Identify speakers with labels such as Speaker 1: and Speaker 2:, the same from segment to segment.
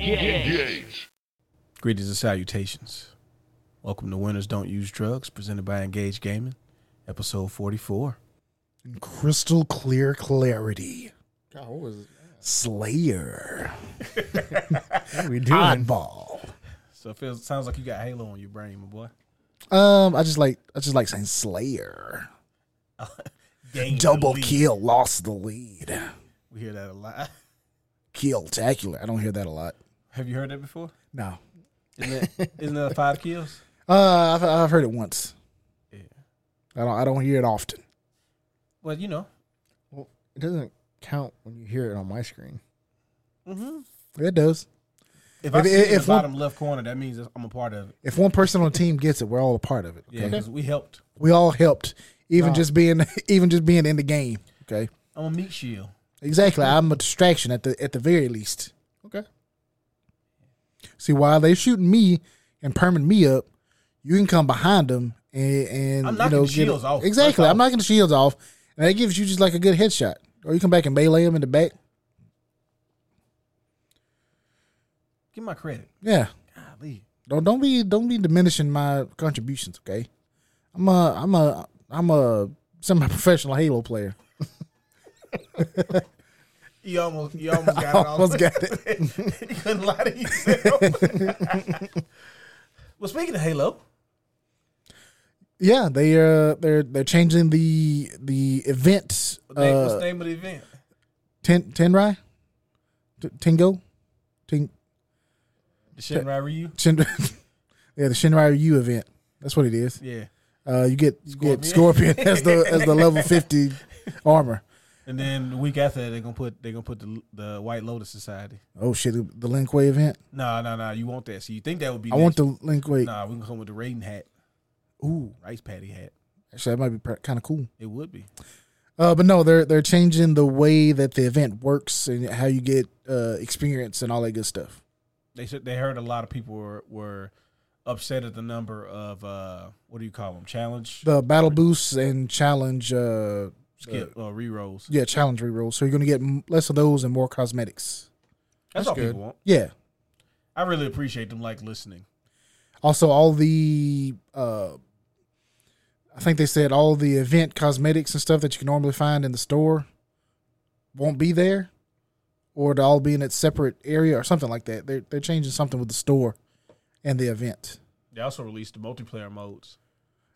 Speaker 1: Engage.
Speaker 2: Greetings and salutations. Welcome to Winners Don't Use Drugs, presented by Engage Gaming, episode 44.
Speaker 3: in crystal clear clarity.
Speaker 4: God, what was it?
Speaker 3: Slayer.
Speaker 4: What are we
Speaker 3: Oddball.
Speaker 2: So it feels, sounds like you got Halo on your brain, my boy.
Speaker 3: Um, I just like I just like saying Slayer. Double kill, lost the lead.
Speaker 2: We hear that a lot.
Speaker 3: Kill tacular. I don't hear that a lot.
Speaker 2: Have you heard that before?
Speaker 3: No.
Speaker 2: Isn't that, isn't that five kills?
Speaker 3: Uh, I've, I've heard it once.
Speaker 2: Yeah.
Speaker 3: I don't I don't hear it often.
Speaker 2: Well, you know.
Speaker 4: Well, it doesn't count when you hear it on my screen.
Speaker 3: It does.
Speaker 2: If I
Speaker 3: If-
Speaker 2: see it in
Speaker 3: if
Speaker 2: the
Speaker 3: one-
Speaker 2: bottom left corner, that means I'm a part of it.
Speaker 3: If one person on the team gets it, we're all a part of it.
Speaker 2: Yeah,
Speaker 3: okay?
Speaker 2: 'cause we helped.
Speaker 3: We all helped. Even just being even just being in the game. Okay.
Speaker 2: I'm a meat shield.
Speaker 3: Exactly. I'm a distraction at the at the very least.
Speaker 4: Okay.
Speaker 3: See, while they shooting me and perming me up, you can come behind them and, and
Speaker 2: I'm
Speaker 3: you
Speaker 2: knocking
Speaker 3: know
Speaker 2: the shields
Speaker 3: get,
Speaker 2: off.
Speaker 3: Exactly,
Speaker 2: That's
Speaker 3: I'm knocking the shields off, and that gives you just like a good headshot. Or you come back and melee them in the back.
Speaker 2: Give my credit.
Speaker 3: Yeah,
Speaker 2: Golly.
Speaker 3: don't don't be don't be diminishing my contributions. Okay, I'm a I'm a I'm a semi-professional Halo player.
Speaker 2: You almost, you almost got it all.
Speaker 3: Almost got it.
Speaker 2: you couldn't lie to yourself. well, speaking of Halo,
Speaker 3: Yeah, they uh they're they're changing the the event
Speaker 2: what name- what's the
Speaker 3: uh
Speaker 2: name of the event?
Speaker 3: ten tenrai, T- Tingo, Ting
Speaker 2: The Shinrai Ryu?
Speaker 3: Shin- yeah, the Shinrai U event. That's what it is.
Speaker 2: Yeah.
Speaker 3: Uh, you get
Speaker 2: Scorpion.
Speaker 3: get Scorpion as the as the level fifty armor.
Speaker 2: And then the week after that, they're gonna put they're gonna put the the White Lotus Society.
Speaker 3: Oh shit! The Lin Kuei event.
Speaker 2: No, no, no. You want that? So you think that would be?
Speaker 3: I want the Lin Kuei.
Speaker 2: Nah, we can come with the Raiden hat,
Speaker 3: Ooh,
Speaker 2: rice patty hat.
Speaker 3: actually, that might be kind of cool.
Speaker 2: It would be.
Speaker 3: Uh, but no, they're they're changing the way that the event works and how you get uh experience and all that good stuff.
Speaker 2: They said they heard a lot of people were were upset at the number of uh what do you call them challenge
Speaker 3: The battle boosts and challenge. Uh,
Speaker 2: skip uh, rerolls.
Speaker 3: yeah, challenge rerolls. So you're gonna get m- less of those and more cosmetics.
Speaker 2: That's,
Speaker 4: that's
Speaker 2: all
Speaker 4: good.
Speaker 2: people want.
Speaker 3: Yeah.
Speaker 2: I really appreciate them like listening.
Speaker 3: Also, all the uh, I think they said all the event cosmetics and stuff that you can normally find in the store won't be there, or to all be in its separate area or something like that. They're they're changing something with the store and the event.
Speaker 2: They also released the multiplayer modes.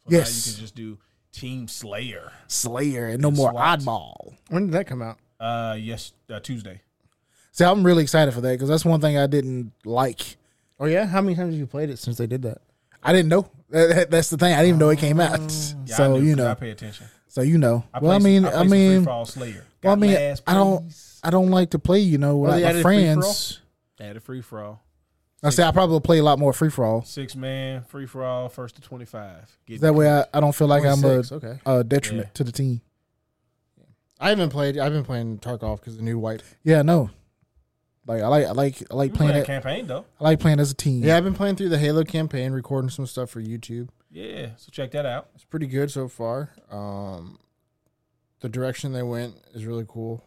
Speaker 2: So
Speaker 3: Yes.
Speaker 2: Now you can just do Team Slayer.
Speaker 3: Slayer and no
Speaker 2: And
Speaker 3: more
Speaker 2: SWAT.
Speaker 3: oddball.
Speaker 4: When did that come out?
Speaker 2: Uh, yes, uh, Tuesday.
Speaker 3: See, I'm really excited for that because that's one thing I didn't like.
Speaker 4: Oh yeah, how many times have you played it since they did that?
Speaker 3: I didn't know. That- that- That's the thing. I didn't even know it came out.
Speaker 2: Mm. Yeah,
Speaker 3: so
Speaker 2: I knew,
Speaker 3: you
Speaker 2: 'cause I
Speaker 3: know.
Speaker 2: pay attention.
Speaker 3: So you know.
Speaker 2: I
Speaker 3: well,
Speaker 2: play
Speaker 3: I
Speaker 2: some-
Speaker 3: mean,
Speaker 2: play
Speaker 3: I
Speaker 2: some free
Speaker 3: mean,
Speaker 2: fall Slayer.
Speaker 3: well, I
Speaker 2: Got
Speaker 3: mean,
Speaker 2: last
Speaker 3: I don't,
Speaker 2: place.
Speaker 3: I don't like to play. You know,
Speaker 4: they
Speaker 3: without my
Speaker 4: added free for all?
Speaker 3: friends.
Speaker 2: Had a free for all.
Speaker 3: I say I probably play a lot more free for all.
Speaker 2: Six man free for all. First to twenty five. Get
Speaker 3: That way, I, I don't feel like I'm a,
Speaker 4: 26, okay.
Speaker 3: a detriment
Speaker 2: Yeah.
Speaker 3: to the team.
Speaker 4: I haven't played. I've been playing Tarkov because the new white.
Speaker 3: Yeah, no. Like I like I like I like
Speaker 2: you
Speaker 3: playing
Speaker 2: playing
Speaker 3: it.
Speaker 2: campaign though.
Speaker 3: I like playing as a team.
Speaker 4: Yeah, I've been playing through the Halo campaign, recording some stuff for YouTube.
Speaker 2: Yeah. So check that out.
Speaker 4: It's pretty good so far. Um, the direction they went is really cool.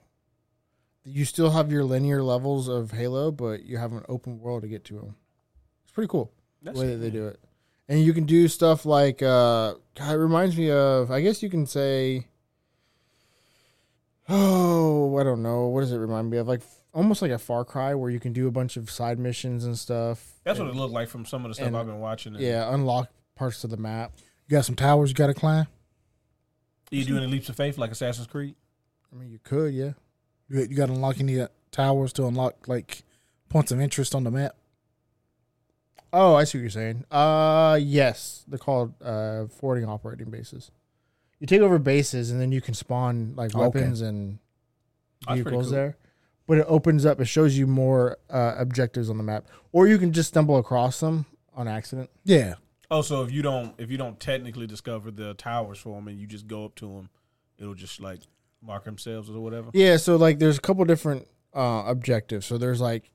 Speaker 4: You still have your linear levels of Halo, but you have an open world to get to them. It's pretty cool.
Speaker 2: That's
Speaker 4: the way that they
Speaker 2: it.
Speaker 4: do it. And you can do stuff like uh God, it reminds me of I guess you can say Oh, I don't know. What does it remind me of? Like almost like a Far Cry where you can do a bunch of side missions and stuff.
Speaker 2: That's what it looked like from some of the stuff
Speaker 4: And-
Speaker 2: I've been watching. And
Speaker 4: Yeah, unlock parts of the map.
Speaker 3: You got some towers you got to climb.
Speaker 2: You doing any leaps of faith like Assassin's Creed?
Speaker 4: I mean you could, yeah.
Speaker 3: You, you got to unlock any uh, towers to unlock like points of interest on the map.
Speaker 4: Oh, I see what you're saying. Uh yes. They're called uh forwarding operating bases. You take over bases and then you can spawn like
Speaker 3: Okay.
Speaker 4: weapons and
Speaker 2: That's pretty
Speaker 4: vehicles
Speaker 2: cool.
Speaker 4: there. But it opens up, it shows you more uh, objectives on the map. Or you can just stumble across them on accident.
Speaker 3: Yeah,
Speaker 2: Oh, so if you don't if you don't technically discover the towers for them and you just go up to them, it'll just like mark themselves or whatever.
Speaker 4: Yeah, so like there's a couple different uh, objectives. So there's like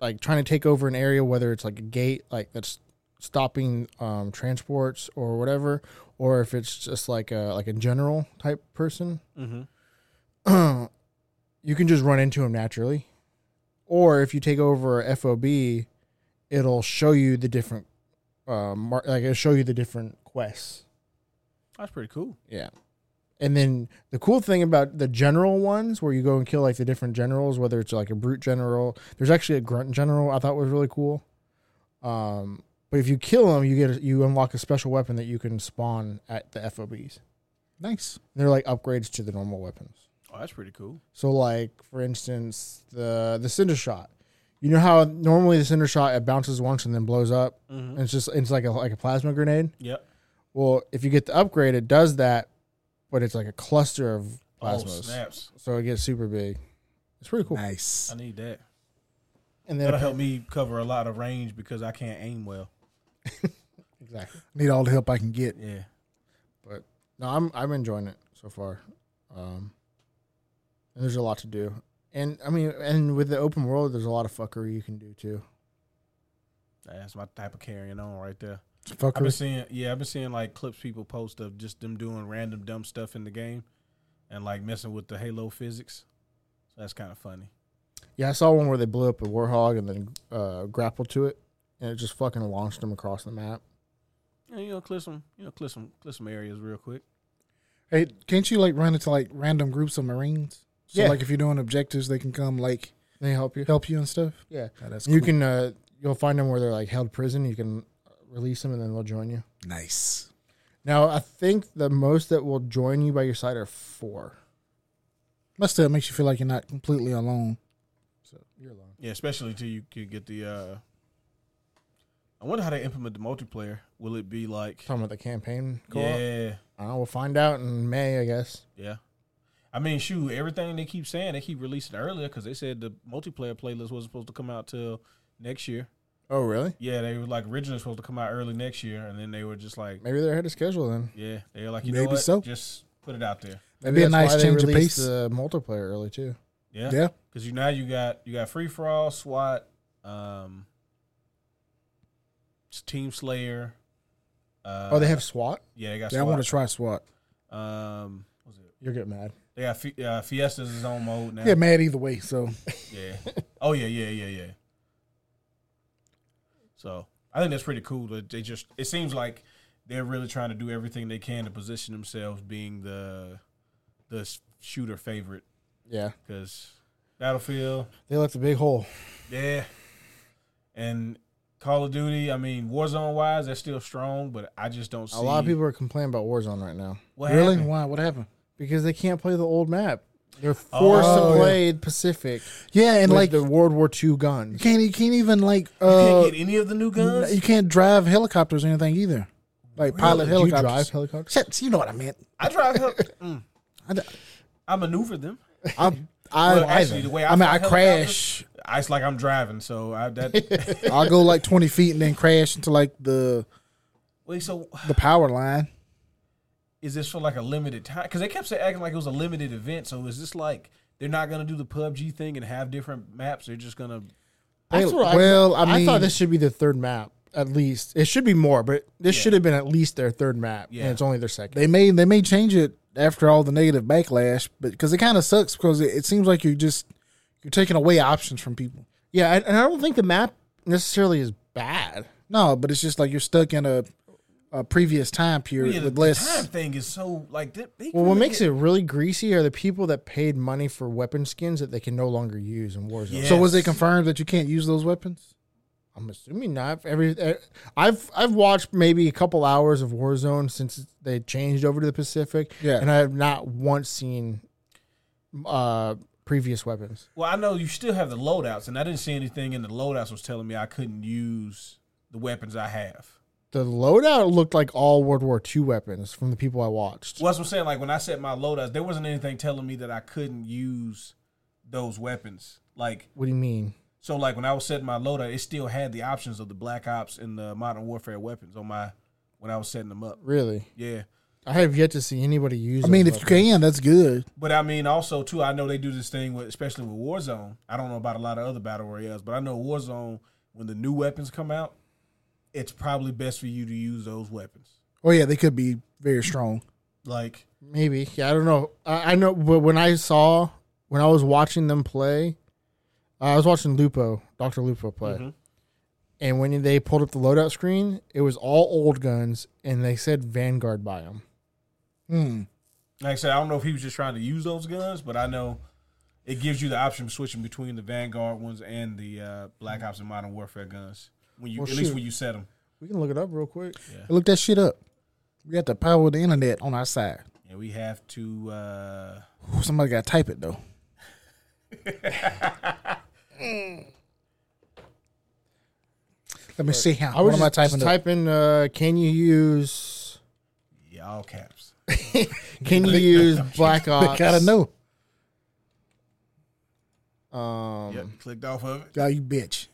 Speaker 4: like trying to take over an area, whether it's like a gate, like that's stopping um, transports or whatever, or if it's just like a like a general type person.
Speaker 2: Mm-hmm.
Speaker 4: you can just run into him naturally. or if you take over a FOB, it'll show you the different, uh, mar- like it'll show you the different quests.
Speaker 2: That's pretty cool.
Speaker 4: Yeah. And then the cool thing about the general ones where you go and kill like the different generals, whether it's like a brute general, there's actually a grunt general I thought was really cool. Um, but if you kill him, you get a, you unlock a special weapon that you can spawn at the FOBs.
Speaker 3: Nice.
Speaker 4: And they're like upgrades to the normal weapons.
Speaker 2: Oh, that's pretty cool.
Speaker 4: So like for instance, the the cinder shot. You know how normally the cinder shot it bounces once and then blows up.
Speaker 2: Mm-hmm.
Speaker 4: And it's just it's like a like a plasma grenade.
Speaker 2: Yep.
Speaker 4: Well, if you get the upgrade, it does that, but it's like a cluster of
Speaker 2: Oh,
Speaker 4: plasmas.
Speaker 2: snaps.
Speaker 4: so it gets super big. It's pretty cool.
Speaker 3: Nice.
Speaker 2: I need that.
Speaker 4: And
Speaker 2: That'll
Speaker 4: then
Speaker 2: help me cover a lot of range because I can't aim well.
Speaker 4: exactly.
Speaker 3: Need all the help I can get.
Speaker 2: Yeah.
Speaker 4: But no, I'm I'm enjoying it so far. Um, and there's a lot to do, and I mean, and with the open world, there's a lot of fuckery you can do too.
Speaker 2: That's my type of carrying on right there. I've been
Speaker 3: Fuckers.
Speaker 2: seeing, yeah, I've been seeing like clips people post of just them doing random dumb stuff in the game, and like messing with the Halo physics. So that's kind of funny.
Speaker 4: Yeah, I saw one where they blew up a warhog and then uh, grappled to it, and it just fucking launched them across the map.
Speaker 2: Yeah, you know, clear some, you know, clear some, clear some areas real quick.
Speaker 3: Hey, can't you like run into like random groups of Marines? So
Speaker 4: Yeah.
Speaker 3: like if you're doing objectives, they can come like
Speaker 4: They help you.
Speaker 3: help you and stuff.
Speaker 4: Yeah,
Speaker 3: Oh, that's
Speaker 4: you
Speaker 3: cool.
Speaker 4: can. Uh, you'll find them where they're like held prison. You can uh, release them, and then they'll join you.
Speaker 3: nice.
Speaker 4: Now, I think the most that will join you by your side are four.
Speaker 3: Must still makes you feel like you're not completely alone.
Speaker 4: So you're alone.
Speaker 2: Yeah, especially till you could get the. uh I wonder how they implement the multiplayer. Will it be like?
Speaker 4: Talking about the campaign co-op.
Speaker 2: Yeah,
Speaker 4: I don't know, we'll find out in May, I guess.
Speaker 2: yeah. I mean, shoot, everything they keep saying they keep releasing earlier because they said the multiplayer playlist wasn't supposed to come out till next year.
Speaker 4: Oh, really?
Speaker 2: Yeah, they were like originally supposed to come out early next year, and then they were just like,
Speaker 4: Maybe they're ahead of schedule then.
Speaker 2: yeah, they were like, you know
Speaker 3: Maybe
Speaker 2: what,
Speaker 3: so.
Speaker 2: just put it out there.
Speaker 4: Maybe
Speaker 3: be a
Speaker 4: that's
Speaker 3: nice
Speaker 4: why they
Speaker 3: change of
Speaker 4: released
Speaker 3: pace.
Speaker 4: The multiplayer early too.
Speaker 2: Yeah,
Speaker 3: Yeah.
Speaker 2: because you now you got you got free for all, SWAT, um, s- Team Slayer. Uh,
Speaker 4: oh, they have SWAT.
Speaker 2: yeah, they got.
Speaker 3: Yeah, I
Speaker 2: SWAT.
Speaker 3: want to try SWAT.
Speaker 2: Um, what was it?
Speaker 4: You'll get mad.
Speaker 2: They got Fi- uh, Fiesta's his own mode now.
Speaker 3: Yeah, mad either way. So
Speaker 2: Yeah. Oh yeah, yeah, yeah, yeah. So I think that's pretty cool. That they just it seems like they're really trying to do everything they can to position themselves being the the s- shooter favorite
Speaker 4: Yeah,
Speaker 2: because Battlefield,
Speaker 4: they left a big hole.
Speaker 2: yeah, and Call of Duty. I mean, Warzone wise, they're still strong, but I just don't see
Speaker 4: A lot of people are complaining about Warzone right now
Speaker 2: what
Speaker 3: really,
Speaker 2: happened.
Speaker 3: why? What happened?
Speaker 4: because they can't play the old map. They're forced
Speaker 3: Oh,
Speaker 4: to
Speaker 3: yeah.
Speaker 4: play Pacific
Speaker 3: Yeah, and
Speaker 4: with
Speaker 3: like
Speaker 4: the World War II
Speaker 3: you
Speaker 4: guns.
Speaker 3: can't you can't even like
Speaker 2: You
Speaker 3: uh
Speaker 2: can't get any of the new guns.
Speaker 3: you can't drive helicopters or anything either. Like pilot
Speaker 4: Do you
Speaker 3: helicopters.
Speaker 4: drive helicopters?
Speaker 3: Shit, you know what I meant.
Speaker 2: I drive. hel- Mm.
Speaker 3: I d-
Speaker 2: I maneuver them.
Speaker 3: I I,
Speaker 2: Well, actually, the way I
Speaker 3: I mean,
Speaker 2: fly
Speaker 3: I
Speaker 2: helicopters-
Speaker 3: crash.
Speaker 2: It's like I'm driving, so I that.
Speaker 3: I'll go like twenty feet and then crash into like the
Speaker 2: Wait, so
Speaker 3: the power line.
Speaker 2: is this for like a limited time? Because they kept saying, acting like it was a limited event. So is this like they're not gonna do the PUBG thing and have different maps? They're just gonna
Speaker 4: That's what I-
Speaker 3: well, I
Speaker 4: I thought
Speaker 3: mean-
Speaker 4: this should be the third map at least. It should be more, but this should have been at least their third map,
Speaker 2: Yeah.
Speaker 4: and it's only their second.
Speaker 3: They may they may change it after all the negative backlash, but because it kind of sucks because it, it seems like you're just you're taking away options from people.
Speaker 4: Yeah, and and I don't think the map necessarily is bad.
Speaker 3: No, but it's just like you're stuck in a, a previous time period
Speaker 2: yeah, the,
Speaker 3: with
Speaker 2: the time
Speaker 3: less.
Speaker 2: thing is so like. They, they
Speaker 4: Well, what
Speaker 2: really
Speaker 4: makes
Speaker 2: get-
Speaker 4: it really greasy are the people that paid money for weapon skins that they can no longer use in Warzone.
Speaker 2: Yeah.
Speaker 3: So was it
Speaker 2: Yes.
Speaker 3: confirmed that you can't use those weapons?
Speaker 4: I'm assuming not. Every eh, I've I've watched maybe a couple hours of Warzone since they changed over to the Pacific.
Speaker 3: Yeah.
Speaker 4: and I have not once seen uh, previous weapons.
Speaker 2: Well, I know you still have the loadouts, and I didn't see anything in the loadouts was telling me I couldn't use the weapons I have.
Speaker 4: The loadout looked like all World War II weapons from the people I watched.
Speaker 2: Well, that's what I'm saying. Like when I set my loadouts, there wasn't anything telling me that I couldn't use those weapons. Like
Speaker 4: What do you mean?
Speaker 2: So like when I was setting my loadout, it still had the options of the Black Ops and the Modern Warfare weapons on my when I was setting them up.
Speaker 4: Really?
Speaker 2: Yeah,
Speaker 4: I have yet to see anybody use.
Speaker 3: I mean,
Speaker 4: those
Speaker 3: if you
Speaker 4: weapons.
Speaker 3: can, that's good.
Speaker 2: but I mean also too, I know they do this thing with especially with Warzone. I don't know about a lot of other battle royales, but I know Warzone when the new weapons come out, it's probably best for you to use those weapons.
Speaker 3: Oh yeah, they could be very strong.
Speaker 2: Like
Speaker 4: Maybe. Yeah, I don't know. I, I know, but when I saw when I was watching them play, uh, I was watching Lupo, Doctor Lupo play,
Speaker 3: Mm-hmm.
Speaker 2: Mhm.
Speaker 4: and when they pulled up the loadout screen, it was all old guns, and they said Vanguard by them.
Speaker 3: Hmm.
Speaker 2: Like I said, I don't know if he was just trying to use those guns, but I know it gives you the option of switching between the Vanguard ones and the uh, Black Ops and Modern Warfare guns when you
Speaker 4: Well,
Speaker 2: at least
Speaker 4: shoot.
Speaker 2: when you set them.
Speaker 4: We can look it up real quick.
Speaker 3: Look that shit up. We got the power of the internet on our side.
Speaker 2: Yeah, we have to. Uh,
Speaker 3: Ooh, somebody got to type it though. Let me see how.
Speaker 4: I was
Speaker 3: what am I
Speaker 4: just,
Speaker 3: typing?
Speaker 4: just
Speaker 3: up?
Speaker 4: typing. Uh, can you use?
Speaker 2: yeah, all caps.
Speaker 4: Can you use Black Ops?
Speaker 3: Gotta know.
Speaker 4: Um,
Speaker 2: Yep, Mm-hmm. clicked off of it.
Speaker 3: God, you bitch.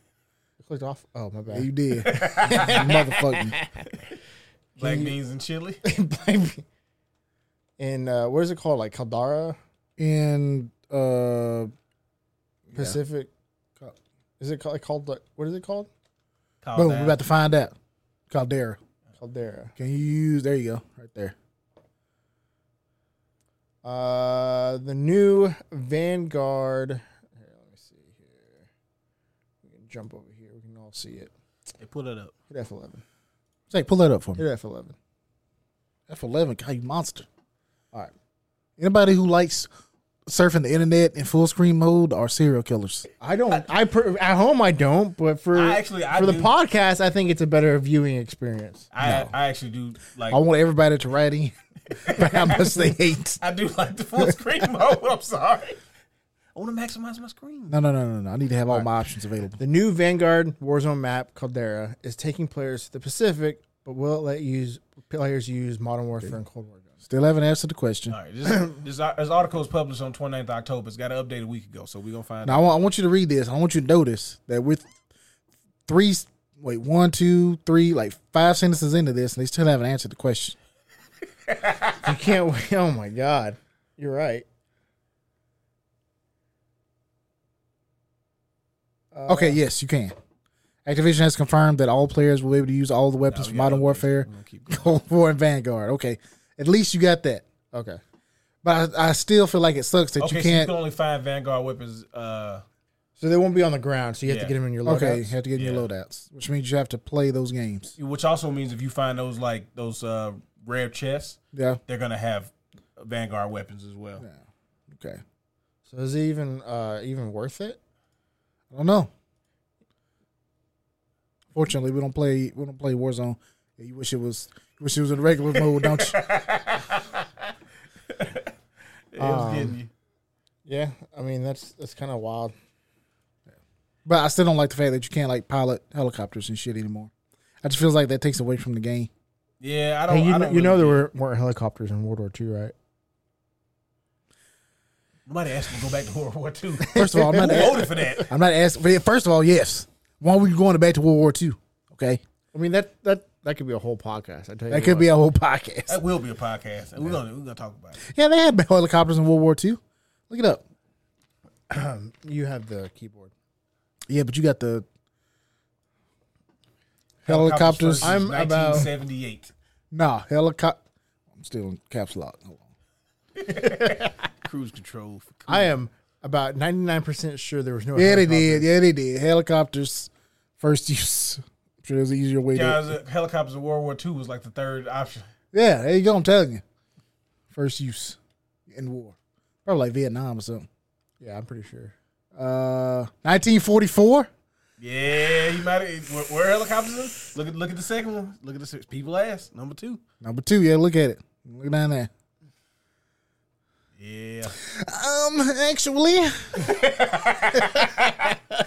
Speaker 4: clicked off. Oh my
Speaker 3: Yeah, you
Speaker 4: bad.
Speaker 3: did. you motherfucking.
Speaker 2: Black beans and chili.
Speaker 4: Black- and uh, what is it called? Like Caldara
Speaker 3: In uh,
Speaker 4: Pacific. Is it called, called like, what is it called?
Speaker 2: Call
Speaker 3: boom,
Speaker 2: that.
Speaker 3: we're about to find out. Caldera.
Speaker 4: Caldera.
Speaker 3: Can you use? There you go. Right there.
Speaker 4: Uh, the new Vanguard. Here, let me see here. We can jump over here. We can all see it.
Speaker 2: Hey, pull it up.
Speaker 4: Hit F eleven.
Speaker 3: Say, pull that up for me.
Speaker 4: Hit F eleven.
Speaker 3: F eleven. God, you monster.
Speaker 4: All right.
Speaker 3: Anybody who likes surfing the internet in full screen mode are serial killers.
Speaker 4: I don't. I per, at home I don't, but for
Speaker 2: I actually- I
Speaker 4: for the
Speaker 2: do.
Speaker 4: podcast, I think it's a better viewing experience.
Speaker 2: I I actually do like.
Speaker 3: I want everybody to write in about how much they hate.
Speaker 2: I do like the full screen mode. I'm sorry. I want to maximize my screen.
Speaker 3: No, no, no, no, no. I need to have all my options available.
Speaker 4: The new Vanguard Warzone map, Caldera, is taking players to the Pacific, but will it let use players use Modern Warfare and Cold War guns?
Speaker 3: Still haven't answered the question.
Speaker 2: All right, this, this, this article was published on 29th October. It's got an update a week ago, so we're gonna find out.
Speaker 3: Now I want, I want you to read this. I want you to notice that we're th- three, wait, one, two, three, like five sentences into this, and they still haven't answered the question.
Speaker 4: You can't wait. Oh my god, you're right.
Speaker 3: okay, yes, you can. Activision has confirmed that all players will be able to use all the weapons
Speaker 2: we
Speaker 3: from
Speaker 2: got
Speaker 3: Modern
Speaker 2: updates.
Speaker 3: Warfare,
Speaker 2: We're gonna keep going.
Speaker 3: Cold War, and Vanguard. Okay, at least you got that.
Speaker 4: Okay,
Speaker 3: But I, I still feel like it sucks that
Speaker 2: Okay,
Speaker 3: you
Speaker 2: so you
Speaker 3: can't.
Speaker 2: can only find Vanguard weapons. Uh,
Speaker 4: so they won't be on the ground, so you have
Speaker 2: Yeah.
Speaker 4: to get them in your loadouts.
Speaker 3: okay, you have to get in your loadouts, which means you have to play those games.
Speaker 2: which also means if you find those like those uh, rare chests,
Speaker 3: Yeah.
Speaker 2: they're gonna have Vanguard weapons as well.
Speaker 3: Okay.
Speaker 4: So is it even uh, even worth it?
Speaker 3: I don't know. Fortunately, we don't play we don't play Warzone. You wish it was you wish it was in regular mode, don't you?
Speaker 2: It was
Speaker 3: Um,
Speaker 2: getting you.
Speaker 4: Yeah, I mean that's that's kind of wild.
Speaker 3: But I still don't like the fact that you can't like pilot helicopters and shit anymore. I just feels like that takes away from the game.
Speaker 2: Yeah, I don't.
Speaker 4: Hey, you,
Speaker 2: Oh, I
Speaker 4: kn-
Speaker 2: don't
Speaker 4: you know
Speaker 2: really-
Speaker 4: there were, weren't helicopters in World War II, right?
Speaker 2: Nobody asked me to go back to World War II.
Speaker 3: First of all, I'm
Speaker 2: Who
Speaker 3: not
Speaker 2: voted for that?
Speaker 3: I'm not asking. First of all, yes. Why are we going back to World War II? Okay,
Speaker 4: I mean that that that could be a whole podcast. I tell you,
Speaker 3: that could be a whole podcast.
Speaker 2: That will be a podcast, and we're gonna we're gonna talk about it.
Speaker 3: Yeah, they had helicopters in World War II. Look it up.
Speaker 4: be. You have the keyboard.
Speaker 3: Yeah, but you got the helicopters.
Speaker 2: I'm
Speaker 4: I'm about-
Speaker 2: 1978.
Speaker 3: nah, helicopter. I'm still in caps lock. Hold on.
Speaker 2: Cruise control. For
Speaker 4: I am about ninety nine percent sure there was no.
Speaker 3: Yeah, they
Speaker 4: helicopter.
Speaker 3: did. Yeah, they did. Helicopters, first use. I'm sure there's an easier way.
Speaker 2: Yeah,
Speaker 3: to,
Speaker 2: it was, uh, helicopters in World War II was like the third option.
Speaker 3: yeah, there you go. I'm telling you, first use in war, probably like Vietnam or something.
Speaker 4: Yeah, I'm pretty sure.
Speaker 3: Uh, 1944.
Speaker 2: Yeah, you might have. Where, where helicopters? In? Look at look at the second one. Look at the six. people ass number two.
Speaker 3: Number two. Yeah, look at it. Look down there.
Speaker 2: Yeah,
Speaker 3: Um, actually,
Speaker 2: Let-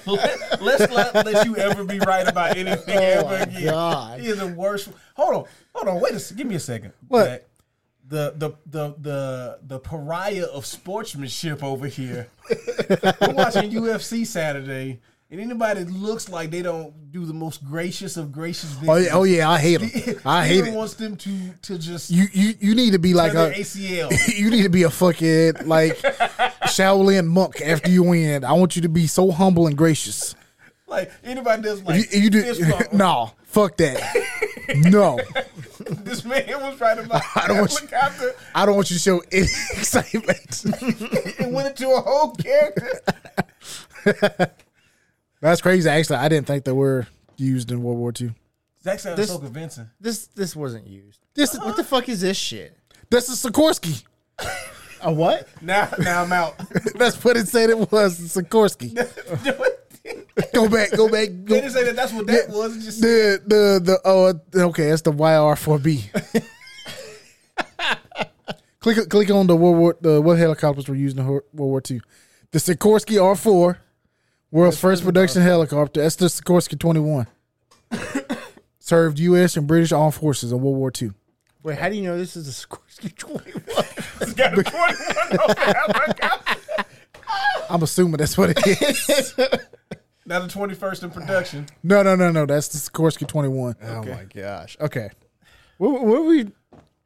Speaker 2: let's not let you ever be right about anything
Speaker 3: Oh,
Speaker 2: ever again.
Speaker 4: God.
Speaker 2: He is the worst. Hold on, hold on. Wait a second. Give me a second.
Speaker 3: What?
Speaker 2: Jack. The the the the the pariah of sportsmanship over here. We're watching UFC Saturday, and anybody that looks like they don't do the most gracious of gracious.
Speaker 3: oh yeah, oh, yeah, I hate them. I hate
Speaker 2: Peter
Speaker 3: it.
Speaker 2: wants them to to just
Speaker 3: You you you need to be like
Speaker 2: tear
Speaker 3: uh, a.
Speaker 2: their ACL.
Speaker 3: you need to be a fucking like Shaolin monk after you win. I want you to be so humble and gracious.
Speaker 2: Like anybody that's
Speaker 3: You,
Speaker 2: like
Speaker 3: you do
Speaker 2: fist bump.
Speaker 3: no, fuck that. No,
Speaker 2: This man was right about
Speaker 3: I don't want you-
Speaker 2: helicopter
Speaker 3: I don't want you to show any excitement.
Speaker 2: and went into a whole character.
Speaker 3: That's crazy. Actually, I didn't think they were used in World War II.
Speaker 2: Zack sounded
Speaker 4: This-
Speaker 2: so convincing.
Speaker 4: This this wasn't used.
Speaker 3: This
Speaker 4: What the fuck is this shit?
Speaker 3: this is Sikorsky.
Speaker 4: A what?
Speaker 2: Now, now I'm out.
Speaker 3: That's what it said it was. Sikorsky. Go back. Go
Speaker 2: they
Speaker 3: back. Go.
Speaker 2: didn't say that that's what that was. It just
Speaker 3: The the the oh okay. That's the YR4B. click click on the World War the what helicopters were used in World War II. The Sikorsky R4, world's first production helicopter. That's the Sikorsky 21. Served U.S. and British armed forces in World War II.
Speaker 4: Wait, how do you know this is a Sikorsky Oh 21?
Speaker 2: it's got a 21 on it.
Speaker 3: I'm assuming that's what it is.
Speaker 2: Now the 21st in production.
Speaker 3: No, no, no, no. That's the Sikorsky 21.
Speaker 4: Oh my gosh. Okay. What, what were we?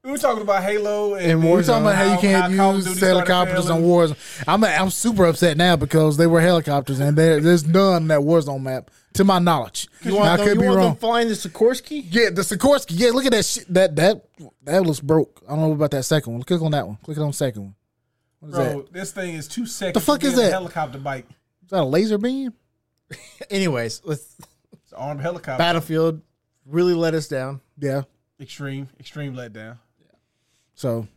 Speaker 2: We were talking about Halo and,
Speaker 4: And
Speaker 3: We're talking about how you can't
Speaker 2: Call of
Speaker 3: use
Speaker 2: Duty started
Speaker 3: helicopters on
Speaker 2: failing.
Speaker 3: Warzone. I'm I'm super upset now because they were helicopters and there there's none on that Warzone map to my knowledge.
Speaker 4: You
Speaker 3: Now, I
Speaker 4: want, them,
Speaker 3: could
Speaker 4: you
Speaker 3: be
Speaker 4: want them
Speaker 3: wrong.
Speaker 4: flying the Sikorsky?
Speaker 3: Yeah, the Sikorsky. Yeah, look at that shit. That that that looks broke. I don't know about that second one. Click on that one. Click on the second one. What is that?
Speaker 2: Bro, this thing is two seconds.
Speaker 3: fuck
Speaker 2: to
Speaker 3: is
Speaker 2: be in a
Speaker 3: that?
Speaker 2: Helicopter bike.
Speaker 3: Is that a laser beam?
Speaker 4: Anyways, let's
Speaker 2: It's an armed helicopter.
Speaker 4: Battlefield really let us down.
Speaker 3: Yeah.
Speaker 2: Extreme, extreme letdown.
Speaker 3: So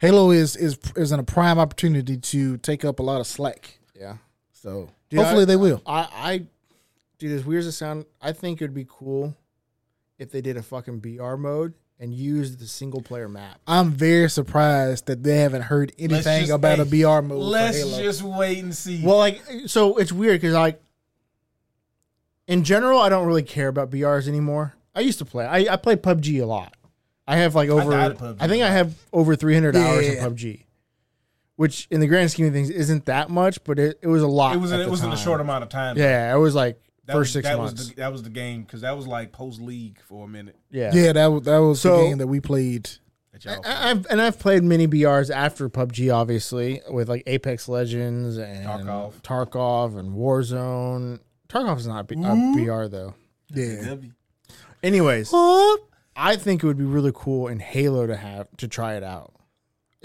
Speaker 3: Halo is is is in a prime opportunity to take up a lot of slack.
Speaker 4: Yeah.
Speaker 3: So
Speaker 4: Dude,
Speaker 3: hopefully
Speaker 4: I-
Speaker 3: they will.
Speaker 4: I, I, dude, as weird as it sound, I think it would be cool if they did a fucking BR mode and used the single player map.
Speaker 3: I'm very surprised that they haven't heard
Speaker 2: Let's
Speaker 3: anything
Speaker 2: just-
Speaker 3: about a
Speaker 2: hey,
Speaker 3: BR mode.
Speaker 2: Let's
Speaker 3: for Halo.
Speaker 2: just wait and see.
Speaker 4: Well, like, so it's weird because like, in general, I don't really care about BRs anymore. I used to play. I, I play PUBG a lot. I have like over.
Speaker 2: died
Speaker 4: I,
Speaker 2: at PUBG.
Speaker 4: think I have over 300 hours in
Speaker 3: Yeah.
Speaker 4: PUBG, which in the grand scheme of things isn't that much, but it, it was a lot.
Speaker 2: it was
Speaker 4: at
Speaker 2: in, it
Speaker 4: the
Speaker 2: was in a
Speaker 4: time.
Speaker 2: short amount of time.
Speaker 4: Yeah, it was like
Speaker 2: That
Speaker 4: first
Speaker 2: was,
Speaker 4: six
Speaker 2: that
Speaker 4: months.
Speaker 2: Was the, that was the game because that was like post league for a minute.
Speaker 4: yeah.
Speaker 3: Yeah, that was that was
Speaker 4: So-
Speaker 3: the game that we played.
Speaker 2: That y'all
Speaker 4: I- I've and I've played many BRs after PUBG, obviously, with like Apex Legends and
Speaker 2: Tarkov.
Speaker 4: Tarkov and Warzone. Tarkov is not a, B- a BR though.
Speaker 3: Yeah.
Speaker 4: Anyways,
Speaker 3: I,
Speaker 4: I think it would be really cool in Halo to have to try it out,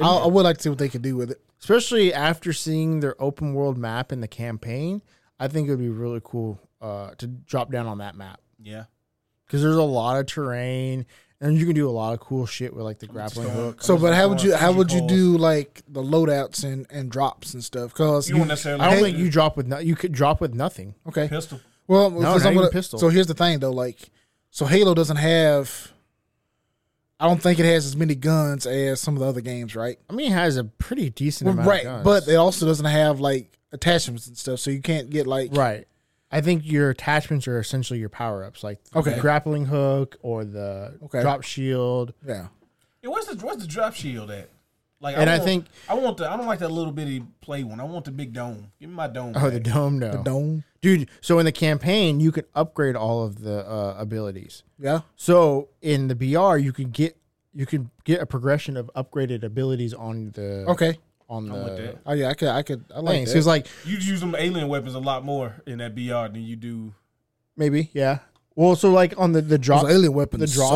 Speaker 3: I would like to see what they could do with it.
Speaker 4: especially after seeing their open world map in the campaign. I think it would be really cool uh, to drop down on that map
Speaker 2: yeah.
Speaker 4: because there's a lot of terrain and you can do a lot of cool shit with like the grappling hook.
Speaker 3: So, but how would you how
Speaker 2: Just
Speaker 3: would you
Speaker 2: calls.
Speaker 3: do like the loadouts and and drops and stuff? Because
Speaker 2: You don't necessarily.
Speaker 4: I don't
Speaker 2: have
Speaker 4: think
Speaker 2: to
Speaker 4: you drop with no, you could drop with nothing.
Speaker 3: okay.
Speaker 2: pistol.
Speaker 3: Well,
Speaker 4: not
Speaker 3: for example,
Speaker 4: even pistol.
Speaker 3: so here's the thing though, like so Halo doesn't have. I don't think it has as many guns as some of the other games, right?
Speaker 4: I mean, it has a pretty decent amount
Speaker 3: Right,
Speaker 4: of guns.
Speaker 3: but it also doesn't have like attachments and stuff, so you can't get like
Speaker 4: right. I think your attachments are essentially your power ups, like
Speaker 3: Okay.
Speaker 4: the grappling hook or the
Speaker 3: Okay.
Speaker 4: drop shield.
Speaker 3: yeah.
Speaker 2: Yeah, where's the where's the drop shield at? Like,
Speaker 4: And I
Speaker 2: want-
Speaker 4: think-
Speaker 2: I want the I don't like that little bitty play one. I want the big dome. Give me my dome.
Speaker 4: Oh,
Speaker 2: back.
Speaker 4: the dome, no,
Speaker 3: dome.
Speaker 4: dude. So in the campaign, you could upgrade all of the uh, abilities.
Speaker 3: Yeah,
Speaker 4: So in the BR, you could get you could get a progression of upgraded abilities on the
Speaker 3: okay.
Speaker 4: on
Speaker 2: I'm with
Speaker 4: the
Speaker 2: that.
Speaker 3: Oh yeah, I could, I could, I like
Speaker 4: things.
Speaker 3: that.
Speaker 4: Because like
Speaker 2: You use them alien weapons a lot more in that BR than you do.
Speaker 4: maybe yeah. Well, so like on the the drop
Speaker 3: Those alien weapons,
Speaker 4: the drop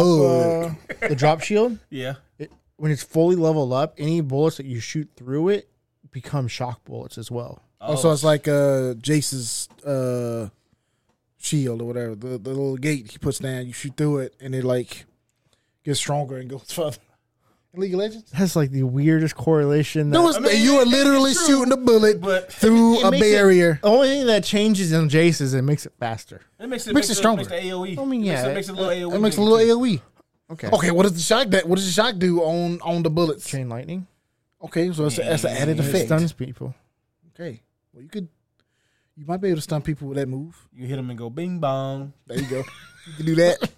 Speaker 3: suck.
Speaker 4: uh, the drop shield.
Speaker 2: Yeah,
Speaker 4: it, when it's fully leveled up, any bullets that you shoot through it become shock bullets as well.
Speaker 3: Oh, so it's like uh Jace's uh shield or whatever. The, the little gate he puts down, you shoot through it and it like gets stronger and goes further. In League of Legends?
Speaker 4: That's like the weirdest correlation. That,
Speaker 3: No, it's,
Speaker 2: I mean,
Speaker 3: you are
Speaker 2: it-
Speaker 3: literally
Speaker 2: it's true,
Speaker 3: shooting a bullet
Speaker 2: but-
Speaker 3: through
Speaker 4: It
Speaker 3: a
Speaker 4: makes it-
Speaker 3: barrier.
Speaker 4: the only thing that changes in Jace is it makes it faster.
Speaker 2: it makes it
Speaker 3: makes it stronger.
Speaker 2: Makes the AOE.
Speaker 4: I mean,
Speaker 2: It makes
Speaker 4: yeah,
Speaker 2: it makes it a E. little AOE.
Speaker 3: It, makes a
Speaker 2: thing, too.
Speaker 3: little AoE.
Speaker 4: Okay.
Speaker 3: Okay, what does the shock that what does the shock do on on the bullets?
Speaker 4: Chain lightning
Speaker 3: Okay, so it's a, that's an added
Speaker 2: Yeah,
Speaker 4: it
Speaker 3: effect.
Speaker 4: stuns people.
Speaker 3: Okay. Well you could you might be able to stun people with that move.
Speaker 2: You hit them and go bing bong.
Speaker 3: There you go. you can do that.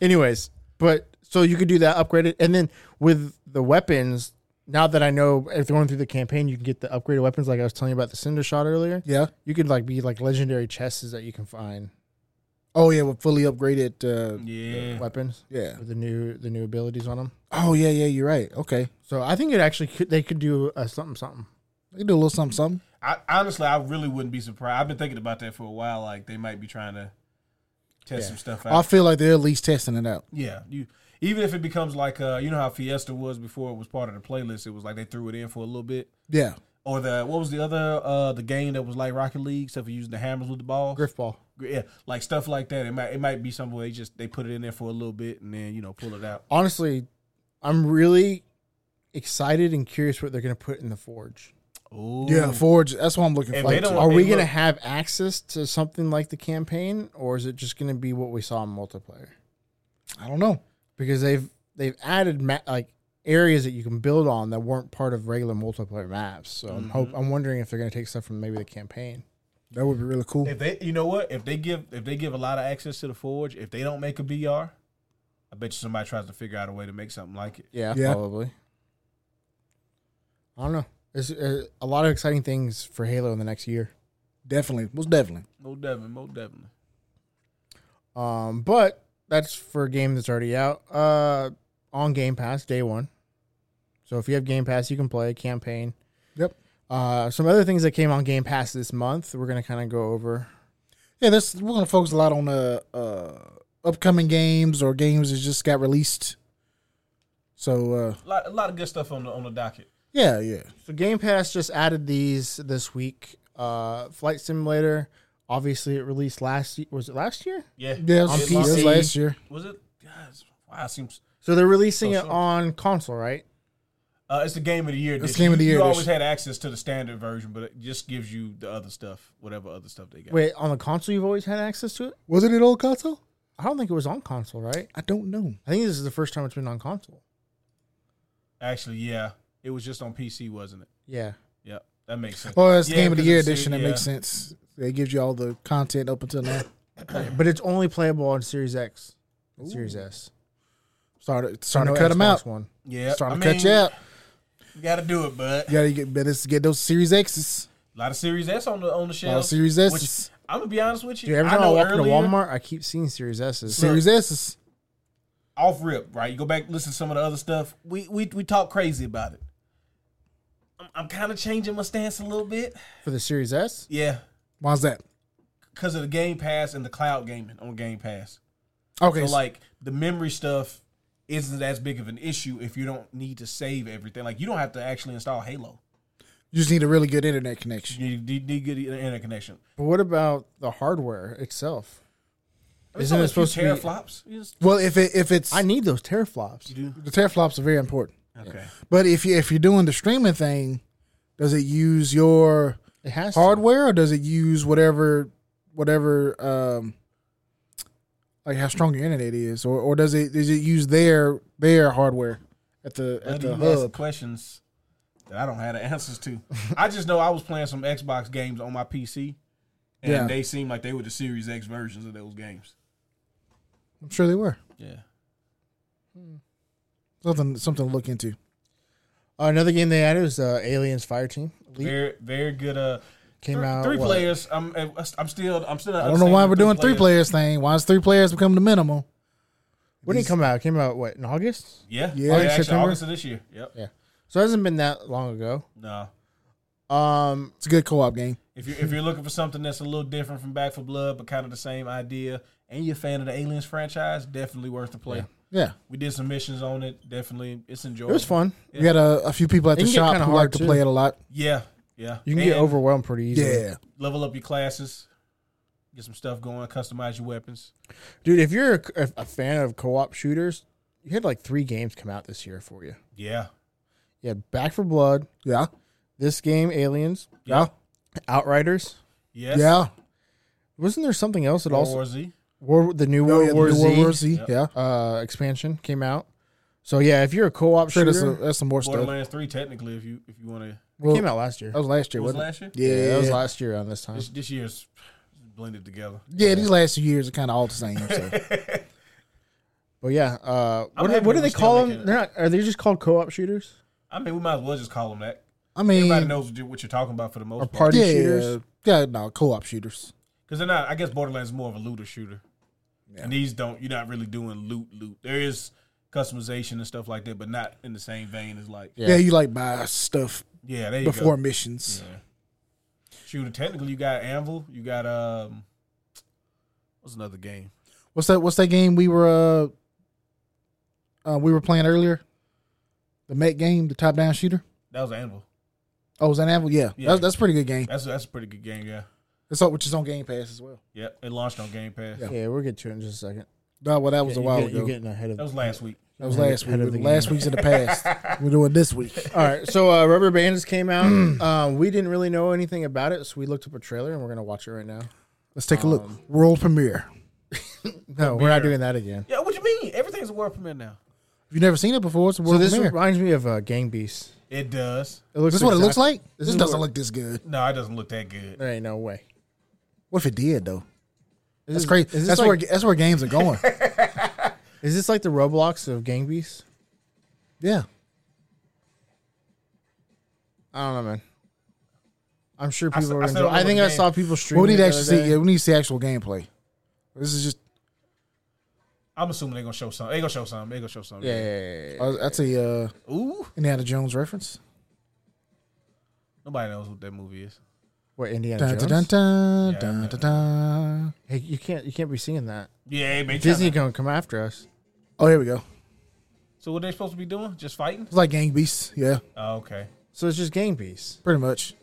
Speaker 4: Anyways, but so you could do that upgraded, and then with the weapons. Now that I know, if they're going through the campaign, you can get the upgraded weapons, like I was telling you about the Cinder Shot earlier.
Speaker 3: Yeah.
Speaker 4: You could like be like legendary chests that you can find
Speaker 3: Oh yeah, with fully upgraded uh
Speaker 2: Mm. Yeah,
Speaker 4: weapons
Speaker 3: yeah.
Speaker 4: with the new the new abilities on them.
Speaker 3: Oh yeah, yeah, you're right. Okay.
Speaker 4: So I think it actually could, they could do a something something.
Speaker 3: They can do a little something, something.
Speaker 2: I honestly I really wouldn't be surprised. I've been thinking about that for a while. Like they might be trying to test some stuff out.
Speaker 3: I feel like they're at least testing it out.
Speaker 2: Yeah, you even if it becomes like uh, you know how Fiesta was before it was part of the playlist. It was like they threw it in for a little bit.
Speaker 3: Yeah.
Speaker 2: Or the what was the other uh the game that was like Rocket League except for using the hammers with the ball?
Speaker 4: Griff ball.
Speaker 2: Yeah, like stuff like that. It might it might be somewhere they just they put it in there for a little bit and then you know pull it out.
Speaker 4: Honestly, I'm really excited and curious what they're going to put in the Forge.
Speaker 2: Ooh.
Speaker 3: Yeah, Forge. That's what I'm looking
Speaker 2: If
Speaker 3: for.
Speaker 2: they don't-
Speaker 4: Are we
Speaker 2: Hey,
Speaker 4: going to
Speaker 2: look-
Speaker 4: have access to something like the campaign, or is it just going to be what we saw in multiplayer?
Speaker 3: I don't know.
Speaker 4: Because they've they've added ma- like areas that you can build on that weren't part of regular multiplayer maps. So I'm hope I'm wondering if they're going to take stuff from maybe the campaign.
Speaker 3: That would be really cool.
Speaker 2: If they you know what? If they give if they give a lot of access to the forge, if they don't make a BR, I bet you somebody tries to figure out a way to make something like it.
Speaker 4: Yeah,
Speaker 3: Yeah.
Speaker 4: probably. I don't know. There's uh, a lot of exciting things for Halo in the next year.
Speaker 3: Definitely, most definitely.
Speaker 2: Most definitely, most definitely.
Speaker 4: Um, but that's for a game that's already out uh, on Game Pass day one. So if you have Game Pass, you can play campaign.
Speaker 3: Yep.
Speaker 4: Uh, some other things that came on Game Pass this month, we're gonna kind of go over.
Speaker 3: Yeah, this we're gonna focus a lot on uh, uh upcoming games or games that just got released. So uh
Speaker 2: A lot, a lot of good stuff on the on the docket.
Speaker 3: yeah, yeah,
Speaker 4: So Game Pass just added these this week. Uh, Flight Simulator, obviously it released last ye- was it last year?
Speaker 2: Yeah,
Speaker 3: yeah. It
Speaker 4: On
Speaker 3: was,
Speaker 2: It
Speaker 4: PC.
Speaker 3: it was last year.
Speaker 2: Was it? Guys, wow, it seems.
Speaker 4: So they're releasing
Speaker 2: Oh,
Speaker 4: it
Speaker 2: sure.
Speaker 4: on console, right?
Speaker 2: Uh, it's the game of the year. edition.
Speaker 3: game of the
Speaker 2: You-
Speaker 3: year
Speaker 2: You always
Speaker 3: edition.
Speaker 2: had access to the standard version, but it just gives you the other stuff, whatever other stuff they got.
Speaker 4: Wait, on the console you've always had access to it?
Speaker 3: Was it an old console?
Speaker 4: I don't think it was on console, right?
Speaker 3: I don't know.
Speaker 4: I think this is the first time it's been on console.
Speaker 2: Actually, yeah, it was just on PC, wasn't it?
Speaker 4: Yeah.
Speaker 2: Yeah, that makes sense.
Speaker 3: Well, Oh, it's the
Speaker 2: Yeah,
Speaker 3: game of the
Speaker 2: 'cause
Speaker 3: year
Speaker 2: it's-
Speaker 3: edition. That
Speaker 2: yeah.
Speaker 3: makes sense. It gives you all the content up until now.
Speaker 4: but it's only playable on Series X, and Series S.
Speaker 3: Started starting
Speaker 4: No
Speaker 3: to cut them out.
Speaker 4: Xbox One.
Speaker 2: Yeah,
Speaker 3: Starting
Speaker 2: I
Speaker 3: to cut you
Speaker 2: mean,
Speaker 3: out.
Speaker 2: You gotta do it, bud.
Speaker 3: You gotta get better to get those Series X's.
Speaker 2: A lot of Series S on the on the
Speaker 3: All
Speaker 2: shelf.
Speaker 3: Series
Speaker 2: Which,
Speaker 3: S's.
Speaker 2: I'm gonna be honest with you.
Speaker 4: Dude, every time I,
Speaker 2: know
Speaker 4: walk into
Speaker 2: earlier-
Speaker 4: Walmart, I keep seeing Series S's.
Speaker 3: Series S's.
Speaker 2: off rip, right? You go back listen to some of the other stuff. We we we talk crazy about it. I'm, I'm kind of changing my stance a little bit.
Speaker 4: for the Series S,
Speaker 2: Yeah,
Speaker 3: Why's that?
Speaker 2: because of the Game Pass and the cloud gaming on Game Pass.
Speaker 3: Okay,
Speaker 2: So
Speaker 3: so
Speaker 2: like the memory stuff isn't as big of an issue if you don't need to save everything. Like you don't have to actually install Halo.
Speaker 3: you just need a really good internet connection.
Speaker 2: You need, need good interconnection.
Speaker 4: but what about the hardware itself?
Speaker 2: I mean,
Speaker 4: Isn't
Speaker 2: it's
Speaker 4: it
Speaker 2: only a few
Speaker 4: supposed to be-
Speaker 2: teraflops? Yes.
Speaker 3: Well, if it if it's
Speaker 4: I need those teraflops.
Speaker 2: You
Speaker 3: the teraflops are very important.
Speaker 2: do? Okay.
Speaker 3: But if you if you're doing the streaming thing, does it use your
Speaker 4: It has to.
Speaker 3: hardware or does it use whatever whatever um like how strong your internet is or, or does it does it use their their hardware at the at
Speaker 2: Buddy,
Speaker 3: the
Speaker 2: you ask
Speaker 3: hub?
Speaker 2: questions that I don't have the answers to. I just know I was playing some Xbox games on my PC, and
Speaker 3: Yeah.
Speaker 2: they seemed like they were the Series X versions of those games.
Speaker 3: I'm sure they were.
Speaker 2: Yeah.
Speaker 3: Something something to look into.
Speaker 4: Another game they added was uh, Aliens Fireteam. Elite
Speaker 2: Very, very good. Uh,
Speaker 4: came
Speaker 2: three,
Speaker 4: out
Speaker 2: three
Speaker 4: what?
Speaker 2: players. I'm, I'm still, I'm still.
Speaker 3: I don't know why we're doing three players thing. Why is three players become the minimum?
Speaker 4: When did it come out? It came out what in August?
Speaker 2: Yeah, Oh,
Speaker 3: Yeah,
Speaker 2: yeah. August, actually,
Speaker 3: September.
Speaker 2: August of this year. Yep.
Speaker 4: Yeah. So it hasn't been that long ago.
Speaker 2: No.
Speaker 4: Um,
Speaker 3: It's a good co-op game.
Speaker 2: If you're if you're looking for something that's a little different from Back for Blood, but kind of the same idea, and you're a fan of the Aliens franchise, definitely worth the play.
Speaker 3: Yeah.
Speaker 2: We did some missions on it. Definitely, it's
Speaker 4: it
Speaker 2: enjoyable.
Speaker 4: was fun.
Speaker 3: We had a, a few people at
Speaker 4: It
Speaker 3: the
Speaker 4: can get
Speaker 3: shop
Speaker 4: kinda
Speaker 3: who
Speaker 4: hard,
Speaker 3: like to
Speaker 4: too.
Speaker 3: play it a lot.
Speaker 2: Yeah, yeah.
Speaker 4: You can get
Speaker 2: And-
Speaker 4: overwhelmed pretty easily.
Speaker 3: Yeah.
Speaker 2: level up your classes, get some stuff going, customize your weapons.
Speaker 4: Dude, if you're a, a- a fan of co-op shooters, you had like three games come out this year for you.
Speaker 2: Yeah.
Speaker 4: You had Back for Blood,
Speaker 3: Yeah.
Speaker 4: this game, Aliens,
Speaker 2: Yeah.
Speaker 4: Outriders.
Speaker 2: Yes.
Speaker 3: Yeah.
Speaker 4: Wasn't there something else that
Speaker 2: World
Speaker 4: also
Speaker 2: War Z.
Speaker 4: War, the new
Speaker 3: No,
Speaker 4: World
Speaker 3: Oh, yeah,
Speaker 4: War
Speaker 3: the
Speaker 4: Z,
Speaker 3: World War Z. Yeah.
Speaker 4: Uh, expansion came out? So yeah, if you're a co-op
Speaker 3: Sure,
Speaker 4: shooter,
Speaker 3: that's, a, that's some more stuff.
Speaker 2: Borderlands Three, technically, if you if you want to.
Speaker 4: it
Speaker 3: uh, Well,
Speaker 4: came out last year.
Speaker 3: That was last year,
Speaker 2: It was
Speaker 3: wasn't
Speaker 2: last year.
Speaker 3: it? Yeah,
Speaker 4: Yeah,
Speaker 3: yeah,
Speaker 4: that was last year on this time.
Speaker 2: This this year's blended together.
Speaker 3: Yeah, these last two years are kind of all the same. So.
Speaker 4: But yeah, uh,
Speaker 2: I'm
Speaker 4: what,
Speaker 2: happy
Speaker 4: what do
Speaker 2: we're
Speaker 4: they
Speaker 2: still
Speaker 4: call
Speaker 2: making
Speaker 4: them?
Speaker 2: it.
Speaker 4: They're not. Are they just called co-op shooters
Speaker 2: I mean, we might as well just call them that.
Speaker 3: I mean,
Speaker 2: Everybody knows what you- what you're talking about for the
Speaker 4: or
Speaker 2: most part.
Speaker 4: party
Speaker 3: yeah,
Speaker 4: shooters?
Speaker 3: yeah, no, co-op shooters.
Speaker 2: Because they're not. I guess Borderlands is more of a looter shooter,
Speaker 3: Yeah.
Speaker 2: and these don't. You're not really doing loot loot. There is customization and stuff like that, but not in the same vein as like
Speaker 4: Yeah.
Speaker 3: Yeah, you like buy stuff
Speaker 2: yeah. There you
Speaker 3: before
Speaker 2: go.
Speaker 3: missions.
Speaker 2: Yeah. Shooter. Technically, you got Anvil. You got um. What's another game?
Speaker 3: What's that? What's that game we were uh, uh we were playing earlier? The mech game, the top-down shooter.
Speaker 2: That was Anvil.
Speaker 3: Oh, was that an Apple? Yeah,
Speaker 2: Yeah.
Speaker 3: That's, that's a pretty good game.
Speaker 2: That's that's a pretty good game, yeah.
Speaker 3: It's all, which is on Game Pass as well.
Speaker 2: Yep, it launched on Game Pass.
Speaker 4: Yeah, we'll get to it in just a second.
Speaker 3: No, well, that was
Speaker 4: Yeah,
Speaker 3: a
Speaker 4: you
Speaker 3: while
Speaker 4: get-
Speaker 3: ago.
Speaker 4: You're getting ahead of
Speaker 2: That was last week.
Speaker 3: that was
Speaker 4: ahead of-
Speaker 3: last week.
Speaker 4: ahead of the
Speaker 3: Last
Speaker 4: game.
Speaker 3: week's in the past. We're doing this week. Mm.
Speaker 4: All right, so uh, Rubber Bandits came out. um, we didn't really know anything about it, so we looked up a trailer and we're gonna watch it right now. Um,
Speaker 3: Let's take a look. World premiere.
Speaker 4: No, we're not doing that again.
Speaker 2: Yeah, what you mean? Everything's a world premiere now.
Speaker 3: If you've never seen it before, it's a
Speaker 4: So
Speaker 3: world
Speaker 4: this
Speaker 3: premiere.
Speaker 4: reminds me of uh, Gang Beasts.
Speaker 2: It does.
Speaker 4: It looks
Speaker 3: this is what it looks
Speaker 4: exactly-
Speaker 3: like. This,
Speaker 4: is
Speaker 3: doesn't
Speaker 4: what-
Speaker 3: look this good.
Speaker 2: No, it doesn't look that good.
Speaker 4: There ain't no way.
Speaker 3: What if it did though?
Speaker 4: Is
Speaker 3: That's
Speaker 4: this-
Speaker 3: crazy.
Speaker 4: Is this,
Speaker 3: That's
Speaker 4: like,
Speaker 3: where that's where games are going.
Speaker 4: is this like the Roblox of Gang Beasts?
Speaker 3: yeah.
Speaker 4: I don't know, man. I'm sure
Speaker 2: I
Speaker 4: people
Speaker 2: saw-
Speaker 4: are
Speaker 2: I
Speaker 4: gonna.
Speaker 2: saw
Speaker 4: do-
Speaker 2: it
Speaker 4: I
Speaker 2: on
Speaker 4: think
Speaker 2: the
Speaker 4: I
Speaker 2: game.
Speaker 4: saw people
Speaker 3: Well,
Speaker 4: streaming.
Speaker 3: we need
Speaker 4: the
Speaker 3: to
Speaker 4: other
Speaker 3: actually see.
Speaker 4: day.
Speaker 3: Yeah, we need to see actual gameplay. This is just.
Speaker 2: I'm assuming they're gonna show something. They're gonna show something. They're gonna show something.
Speaker 4: Yeah, yeah, yeah, yeah, yeah.
Speaker 3: Uh, that's a uh,
Speaker 2: Ooh.
Speaker 3: Indiana Jones reference.
Speaker 2: Nobody knows what that movie is.
Speaker 4: What Indiana
Speaker 3: Dun,
Speaker 4: Jones?
Speaker 3: dun, dun, dun,
Speaker 2: Yeah.
Speaker 3: dun, dun, dun.
Speaker 4: Hey, you can't you can't be seeing that.
Speaker 2: Yeah, man.
Speaker 4: Disney gonna come after us.
Speaker 3: Oh, here we go.
Speaker 2: So what they supposed to be doing? Just fighting?
Speaker 3: It's like Gang Beasts. Yeah,
Speaker 2: Oh, okay.
Speaker 4: So it's just Gang Beasts.
Speaker 3: pretty much.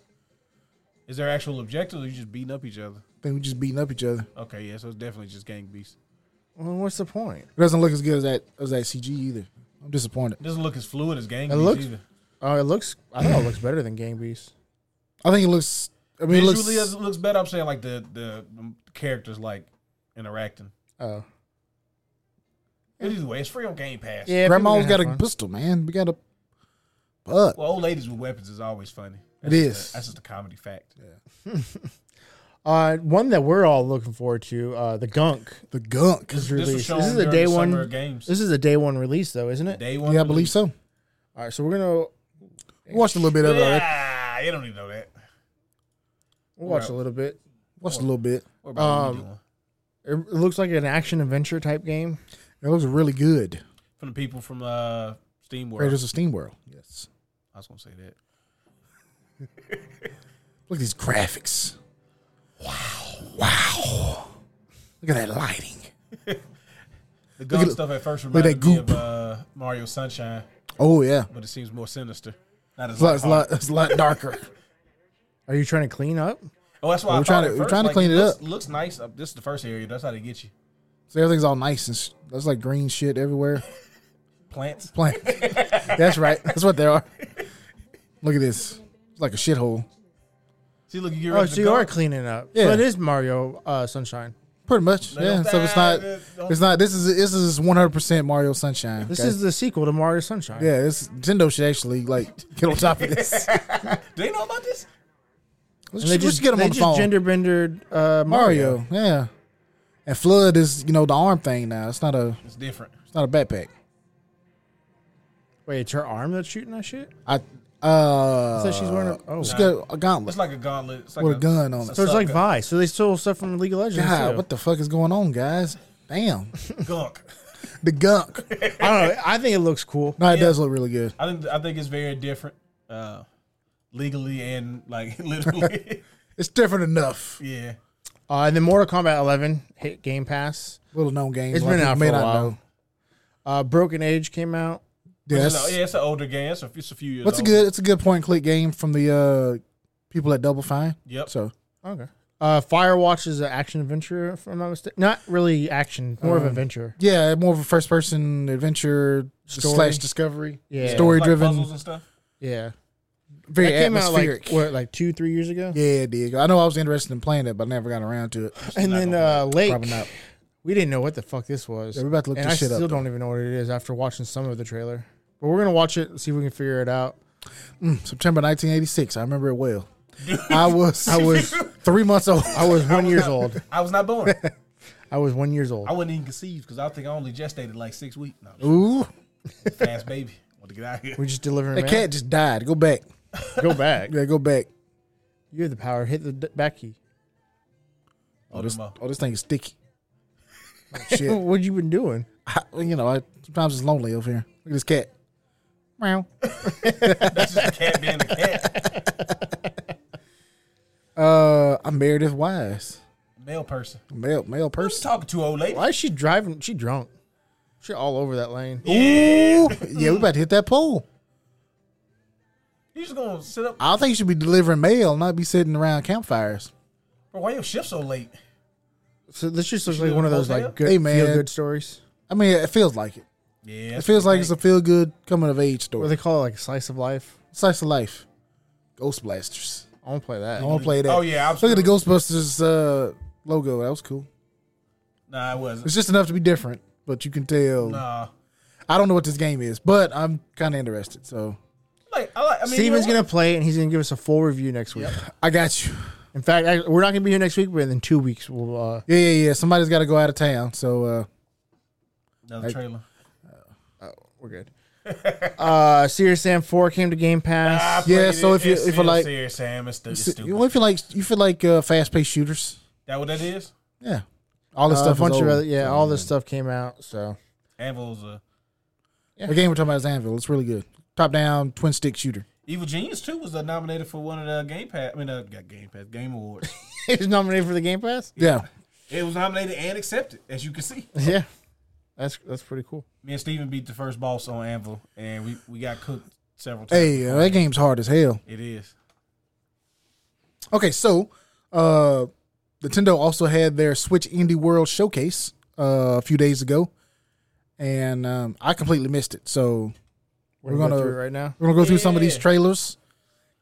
Speaker 2: Is there actual objectives? Or you just beating up each other?
Speaker 3: I think we just beating up each other.
Speaker 2: Okay, yeah. So it's definitely just gang beasts.
Speaker 4: Well, what's the point?
Speaker 3: It doesn't look as good as that as that CG either. I'm disappointed.
Speaker 2: It doesn't look as fluid as gang
Speaker 4: It
Speaker 2: beasts
Speaker 4: looks-
Speaker 2: either.
Speaker 4: Oh, it looks. I thought it looks better than Gang Beasts.
Speaker 3: I think it looks. I mean, it
Speaker 2: Visually, it
Speaker 3: looks. uh,
Speaker 2: looks, better. I'm saying like the the um, characters like interacting.
Speaker 4: Oh,
Speaker 2: But either way, it's free on Game Pass.
Speaker 4: yeah.
Speaker 3: Grandma's got a pistol, man. We got a. Fuck.
Speaker 2: Well, old ladies with weapons is always funny.
Speaker 3: It
Speaker 2: That's just
Speaker 3: is.
Speaker 2: A, that's just a comedy fact.
Speaker 4: Uh, one that we're all looking forward to. Uh, the Gunk
Speaker 3: The gunk.
Speaker 4: is
Speaker 2: This was
Speaker 4: released.
Speaker 2: shown
Speaker 4: This is a
Speaker 2: during
Speaker 4: day
Speaker 2: the
Speaker 4: one.
Speaker 2: summer games.
Speaker 4: This is a day one release, though, isn't it?
Speaker 2: Day one.
Speaker 3: Yeah, I believe so.
Speaker 4: All right, so we're gonna we'll
Speaker 3: We watched a little bit of it. already.
Speaker 2: Yeah, you don't even know that.
Speaker 4: watch
Speaker 2: Right.
Speaker 4: a little bit.
Speaker 3: Watched a little bit.
Speaker 2: What about
Speaker 4: Um,
Speaker 2: what we doing?
Speaker 4: It it looks like an action adventure type game.
Speaker 3: It looks really good.
Speaker 2: From the people from uh, Steam World.
Speaker 3: Raiders of Steam World. Yes.
Speaker 2: I was gonna say that.
Speaker 3: Look at these graphics. Wow. Wow. Look at that lighting.
Speaker 2: The gun
Speaker 3: at-
Speaker 2: stuff at first
Speaker 3: at that
Speaker 2: reminded me of
Speaker 3: goop.
Speaker 2: uh, Mario Sunshine,
Speaker 3: Oh yeah.
Speaker 2: but it seems more sinister. Not as
Speaker 3: It's a lot, it's
Speaker 4: Uh-huh.
Speaker 3: a
Speaker 2: lighthearted.
Speaker 3: lot, it's a lot darker.
Speaker 4: Are you trying to clean up?
Speaker 2: Oh, that's why
Speaker 3: We're
Speaker 2: I
Speaker 3: trying
Speaker 2: thought
Speaker 3: to-
Speaker 2: at
Speaker 3: we're
Speaker 2: first,
Speaker 3: trying to
Speaker 2: like,
Speaker 3: clean it
Speaker 2: looks-
Speaker 3: up.
Speaker 2: Looks nice. Uh, This is the first area. That's how they get you.
Speaker 3: so everything's all nice and sh- there's like green shit everywhere.
Speaker 2: Plants.
Speaker 3: Plant. That's right. That's what they are. Look at this. It's like a shithole.
Speaker 2: See, look, you get rid
Speaker 4: Oh,
Speaker 2: of the
Speaker 4: so you are
Speaker 2: gun.
Speaker 4: cleaning up.
Speaker 3: Yeah.
Speaker 4: So it is Mario uh, Sunshine.
Speaker 3: Pretty much.
Speaker 2: They
Speaker 3: yeah.
Speaker 2: don't
Speaker 3: So it's
Speaker 2: die,
Speaker 3: not.
Speaker 2: they don't-
Speaker 3: It's not. This is this is 100 percent Mario Sunshine.
Speaker 4: This
Speaker 3: okay?
Speaker 4: is the sequel to Mario Sunshine.
Speaker 3: Yeah. This Nintendo should actually like get on top of this.
Speaker 2: Do they know about this?
Speaker 3: Let's,
Speaker 4: And they
Speaker 3: just,
Speaker 4: just
Speaker 3: get them
Speaker 4: they
Speaker 3: on the
Speaker 4: just
Speaker 3: phone.
Speaker 4: gender bendered uh, Mario.
Speaker 3: Mario. Yeah. And flood is you know the arm thing now. It's not a
Speaker 2: It's different.
Speaker 3: it's not a backpack.
Speaker 4: Wait, it's her arm that's shooting that shit.
Speaker 3: I uh.
Speaker 4: So she's wearing a- oh.
Speaker 3: she got a gauntlet.
Speaker 2: It's like a gauntlet. It's like
Speaker 3: With a gun on it.
Speaker 4: So it's like
Speaker 2: sucker.
Speaker 4: Vice. So they stole stuff from League of Legends.
Speaker 3: God,
Speaker 4: too.
Speaker 3: what the fuck is going on, guys? Damn,
Speaker 2: gunk.
Speaker 3: the gunk.
Speaker 4: I don't know. I think it looks cool.
Speaker 3: No, it does look really good.
Speaker 2: I think I think it's very different, uh, legally and like literally.
Speaker 3: It's different enough.
Speaker 2: yeah.
Speaker 4: Uh, and then Mortal Kombat 11 hit Game Pass.
Speaker 3: Little known game.
Speaker 4: It's
Speaker 3: a lot of
Speaker 4: been
Speaker 3: people
Speaker 4: out
Speaker 3: may
Speaker 4: for a
Speaker 3: not
Speaker 4: while.
Speaker 3: know.
Speaker 4: Uh, Broken Age came out.
Speaker 3: Yeah,
Speaker 2: It's
Speaker 3: that's-
Speaker 2: a- yeah, it's an older game. It's a, it's a few years.
Speaker 3: what's a
Speaker 2: old.
Speaker 3: good? It's a good point and click game from the uh, people at Double Fine.
Speaker 2: Yep.
Speaker 3: So
Speaker 4: Okay. Uh, Firewatch is an action adventure, if I'm not mistaken. Not really action, more of
Speaker 3: Uh,
Speaker 4: adventure.
Speaker 3: yeah, more of a first person adventure
Speaker 4: Story.
Speaker 3: slash discovery.
Speaker 4: Yeah.
Speaker 3: Story
Speaker 2: Like
Speaker 3: driven.
Speaker 2: puzzles and stuff.
Speaker 4: Yeah.
Speaker 3: very
Speaker 4: It came out
Speaker 3: atmospheric.
Speaker 4: like what, like two, three years ago.
Speaker 3: yeah, it did. I know I was interested in playing it, but I never got around to it.
Speaker 4: And then uh, Lake,
Speaker 3: Probably not.
Speaker 4: we didn't know what the fuck this was.
Speaker 3: Yeah, we're about to look
Speaker 4: and
Speaker 3: this
Speaker 4: I
Speaker 3: shit up,
Speaker 4: still don't even know what it is after watching some of the trailer. But we're gonna watch it, and see if we can figure it out.
Speaker 3: September 1986. I remember it well. I was I was three months old.
Speaker 4: I was one years old.
Speaker 2: I was not born.
Speaker 4: I was one years old.
Speaker 2: I wasn't even conceived because I think I only gestated like six weeks. No,
Speaker 3: Ooh,
Speaker 2: fast baby. Want to get out of here.
Speaker 4: We're just delivering.
Speaker 3: the
Speaker 4: mail.
Speaker 3: cat just died. Go back.
Speaker 4: Go back.
Speaker 3: Yeah, go back.
Speaker 4: You have the power. Hit the d- back key.
Speaker 2: Oh,
Speaker 3: This,
Speaker 2: them
Speaker 4: uh,
Speaker 2: all.
Speaker 3: oh, this thing is sticky. Oh, shit.
Speaker 4: What you been doing?
Speaker 3: I, well, you know, I, sometimes it's lonely over here. Look at this cat. Meow.
Speaker 2: That's just a cat being a cat.
Speaker 3: Uh, I'm Meredith Wise,
Speaker 2: Male person.
Speaker 3: male male
Speaker 2: Who's
Speaker 3: person.
Speaker 2: talking to old lady?
Speaker 4: Why is she driving? She drunk. She all over that lane.
Speaker 3: Ooh, yeah, we about to hit that pole.
Speaker 2: You just gonna sit up?
Speaker 3: I think you should be delivering mail, not be sitting around campfires.
Speaker 2: Bro, why your shift so late?
Speaker 4: So this just looks
Speaker 2: should
Speaker 4: like
Speaker 2: do
Speaker 4: one
Speaker 2: a
Speaker 4: of those
Speaker 2: hotel?
Speaker 4: like good,
Speaker 3: Hey, man.
Speaker 4: feel good stories.
Speaker 3: I mean, it feels like it.
Speaker 2: Yeah,
Speaker 3: It feels like it's a feel good coming of age
Speaker 4: What do
Speaker 3: story.
Speaker 4: they call it? Like slice of life.
Speaker 3: Slice of life. Ghostbusters.
Speaker 4: I want to play that.
Speaker 3: I want to play that.
Speaker 2: Oh yeah,
Speaker 3: Look at the
Speaker 2: absolutely.
Speaker 3: Ghostbusters uh, logo. That was cool.
Speaker 2: Nah, it wasn't.
Speaker 3: It's just enough to be different, but you can tell.
Speaker 2: Nah,
Speaker 3: I don't know what this game is, but I'm kind of interested. So
Speaker 2: like I like. I mean,
Speaker 4: Steven's
Speaker 2: you know
Speaker 4: gonna play it and he's gonna give us a full review next week.
Speaker 3: I got you.
Speaker 4: In fact, I, we're not gonna be here next week, but in two weeks we'll. Uh,
Speaker 3: Yeah, yeah, yeah. Somebody's got to go out of town. So uh,
Speaker 2: what? another trailer.
Speaker 4: we're good. uh, Serious Sam Four came to Game
Speaker 2: Ah,
Speaker 4: Pass.
Speaker 3: yeah, so if you- if you
Speaker 2: still
Speaker 3: like-
Speaker 2: serious, Sam, it's, stu- it's
Speaker 3: s-
Speaker 2: stupid.
Speaker 3: what if you like you feel like uh, fast paced shooters?
Speaker 2: that what that is?
Speaker 3: Yeah, all
Speaker 2: Ah,
Speaker 3: this
Speaker 4: Uh,
Speaker 3: stuff.
Speaker 4: a bunch of other,
Speaker 3: other,
Speaker 4: yeah, all this stuff came out. So
Speaker 2: Anvil's a
Speaker 3: The game we're talking about is Anvil. It's really good. Top down twin stick shooter.
Speaker 2: Evil Genius too was uh, nominated for one of the Game Pass. I mean, uh, got Game Pass Game Awards.
Speaker 4: he's nominated for the Game Pass.
Speaker 3: Yeah,
Speaker 2: it was nominated and accepted, as you can see.
Speaker 4: Yeah, that's that's pretty cool.
Speaker 2: Me and Steven beat the first boss on Anvil, and we we got cooked several times.
Speaker 3: hey, uh, that game's hard as hell.
Speaker 2: It is.
Speaker 3: Okay, so uh, Nintendo also had their Switch Indie World showcase uh, a few days ago, and um, I completely missed it. So
Speaker 4: We're,
Speaker 3: We're
Speaker 4: gonna, go
Speaker 3: gonna-
Speaker 4: through it right now.
Speaker 3: we're gonna go through some of these
Speaker 2: Yeah.
Speaker 3: trailers,